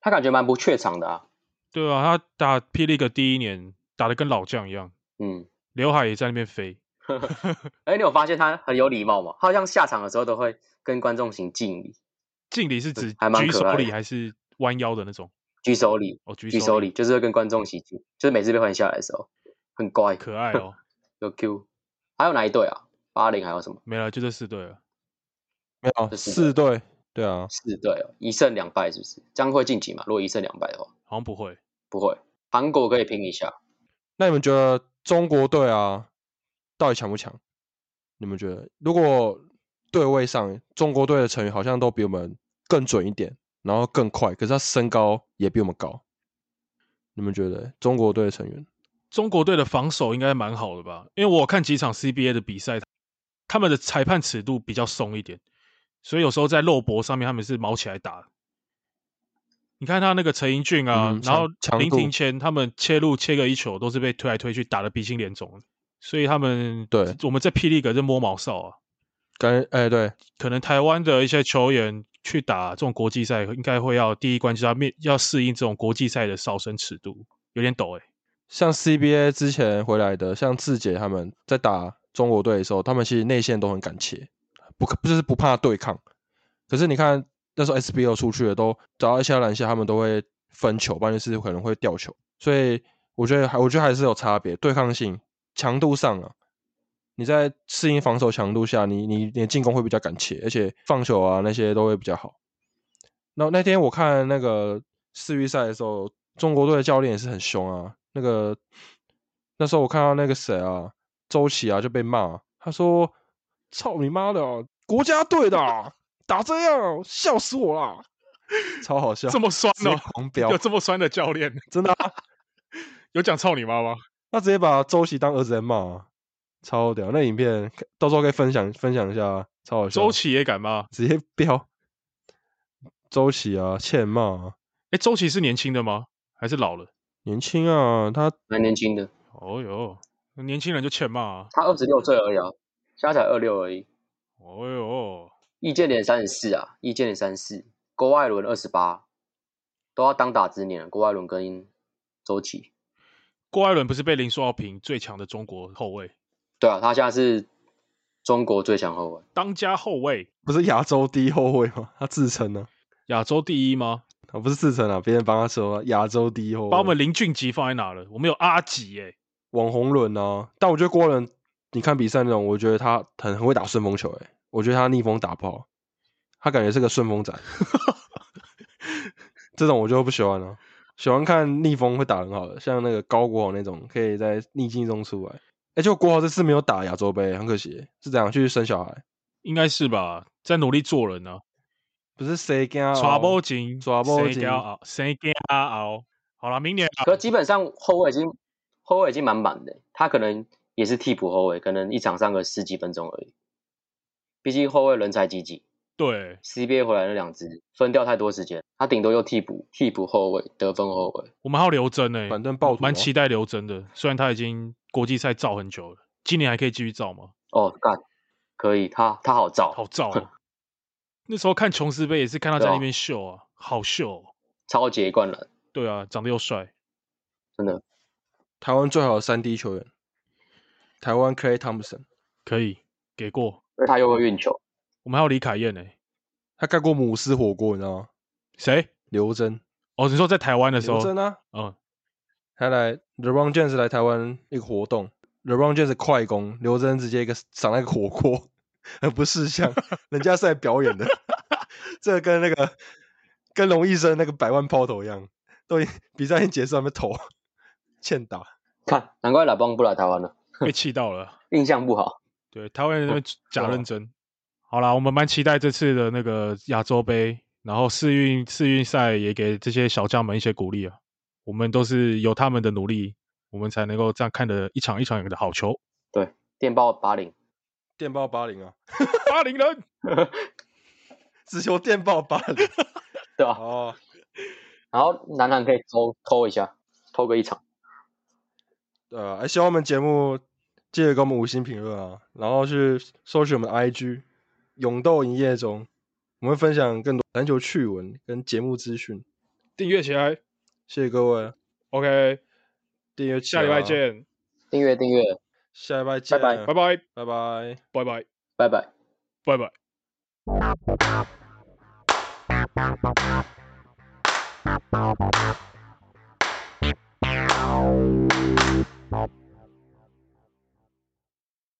他感觉蛮不怯场的啊。
对啊，他打霹雳个第一年打的跟老将一样，
嗯，
刘海也在那边飞。
哎，你有发现他很有礼貌吗？他好像下场的时候都会跟观众行敬礼、
敬礼是指
还蛮
举
可
手
爱
礼
的
还是弯腰的那种？
举手礼、
哦，举
举手
手
礼，就是会跟观众行敬，就是每次被换下来的时候，很乖，
可爱哦。
有 Q。还有哪一队啊？八零还有什么？
没了，就这四队了。
没有
这是
四队，对啊，
四队哦，一胜两败是不是？这样会晋级嘛？如果一胜两败的话，
好像不会。
不会。韩国可以拼一下，
那你们觉得中国队啊，到底强不强？你们觉得，如果对位上中国队的成员好像都比我们更准一点，然后更快，可是他身高也比我们高，你们觉得中国队的成员？
中国队的防守应该蛮好的吧？因为我有看几场 CBA 的比赛，他们的裁判尺度比较松一点，所以有时候在肉搏上面他们是毛起来打的。你看他那个陈英俊啊，
嗯
然后
强
林
强度
庭谦他们切入切个一球都是被推来推去，打得鼻青脸肿的。所以他们
对
我们在霹雳可是摸毛哨啊，
感觉哎、对，
可能台湾的一些球员去打这种国际赛，应该会要第一关就是要面要适应这种国际赛的哨声尺度，有点抖哎、
像 CBA 之前回来的，像志杰他们在打中国队的时候，他们其实内线都很敢切，不可就是不怕对抗。可是你看那时候 SBO 出去的都，只要一下篮下，他们都会分球，不然就是可能会掉球。所以我觉得还我觉得还是有差别，对抗性强度上啊，你在适应防守强度下，你你你的进攻会比较敢切，而且放球啊那些都会比较好。那那天我看那个世预赛的时候，中国队的教练也是很凶啊。那个那时候我看到那个谁啊，周琦啊就被骂，他说：“操你妈的啊，国家队的啊打这样啊，笑死我啦！”超好笑，
这么酸
直接
哦、
狂飙 <laughs>
有，这么酸的教练，
真的、啊，
<laughs> 有讲操你妈吗？
他直接把周琦当儿子在骂、啊，超屌。那影片到时候可以分享分享一下啊，超好笑。
周琦也敢吗？
直接飙，周琦啊，欠骂、啊，
哎，周琦是年轻的吗？还是老了？
年轻啊，他
蛮年轻的，
哦哟，年轻人就欠骂、啊。
他二十六岁而已啊，现在才二六而已。
哦哟，
易建联三十四啊，易建联三十四，郭艾伦二十八，都要当打之年了。郭艾伦跟周琦，
郭艾伦不是被林书豪评最强的中国后卫，
对啊，他现在是中国最强后卫，
当家后卫，
不是亚洲第一后卫吗？他自称呢、
亚洲第一吗？
啊，不是自称啊，别人帮他说啊亚洲第一后卫。
把我们林俊杰放在哪了？我们有阿吉耶、
网红轮啊，但我觉得郭伦，你看比赛那种，我觉得他很很会打顺风球、欸，我觉得他逆风打不好，他感觉是个顺风仔，这种我就不喜欢了、喜欢看逆风会打很好的，像那个高国豪那种，可以在逆境中出来。哎、就国豪这次没有打亚洲杯，很可惜，是怎样去生小孩？
应该是吧，在努力做人啊呢、
不是谁跟啊
啊。
哦？
抓包紧，
抓包紧
谁骄傲，谁骄傲？好了，明年啊
可基本上后卫已经后卫已经满满的，欸他可能也是替补后卫，可能一场上个十几分钟而已。毕竟后卫人才济济
对
，CBA 回来那两支分掉太多时间，他顶多又替补替补后卫、得分后卫。
我们还有刘真呢、
反正暴徒、哦
蛮期待刘真的，虽然他已经国际赛造很久了，今年还可以继续造吗？
哦，干，可以，他他好造，
<laughs>
好造、哦，那时候看琼斯杯也是看他在
对啊
那边秀啊，好秀哦、
超级灌篮，
对啊，长得又帅，
真的
台湾最好的三 D 球员，台湾 Clay Thompson，
可以给过。
因为他又会运球，
我们还有李凯燕呢、
他盖过母狮火锅，你知道吗？
谁？
刘真，
哦，你说在台湾的时
刘
候，
真啊，
嗯，
他来 LeBron James 来台湾一个活动，LeBron James 快攻，刘真直接一个赏那个火锅，很不识相，人家是来表演的， <laughs> 这个跟那个跟龙医生那个百万抛投一样，都已比赛已经结束还没投，欠打。
看难怪老邦不来台湾了，
被气到了。啊
印象不好。
对，台湾人在那边假
哇
认真。好啦，我们蛮期待这次的那个亚洲杯，然后世运世运赛也给这些小将们一些鼓励啊。我们都是有他们的努力，我们才能够这样看的一场一场的好球。
电报八零，
电报八零啊，
八零人，
只求电报八零
对吧、
哦。
然后男篮可以偷偷一下，偷个一场，
呃，还希望我们节目记得给我们五星评论啊，然后去搜取我们的 IG 勇斗营业中，我们会分享更多篮球趣闻跟节目资讯。
订阅起来。
谢谢各位，
OK，
订阅，啊
下礼拜，见，
订阅订阅，
下礼拜见，
拜
拜拜，
拜拜。
拜拜，
拜拜。
拜拜。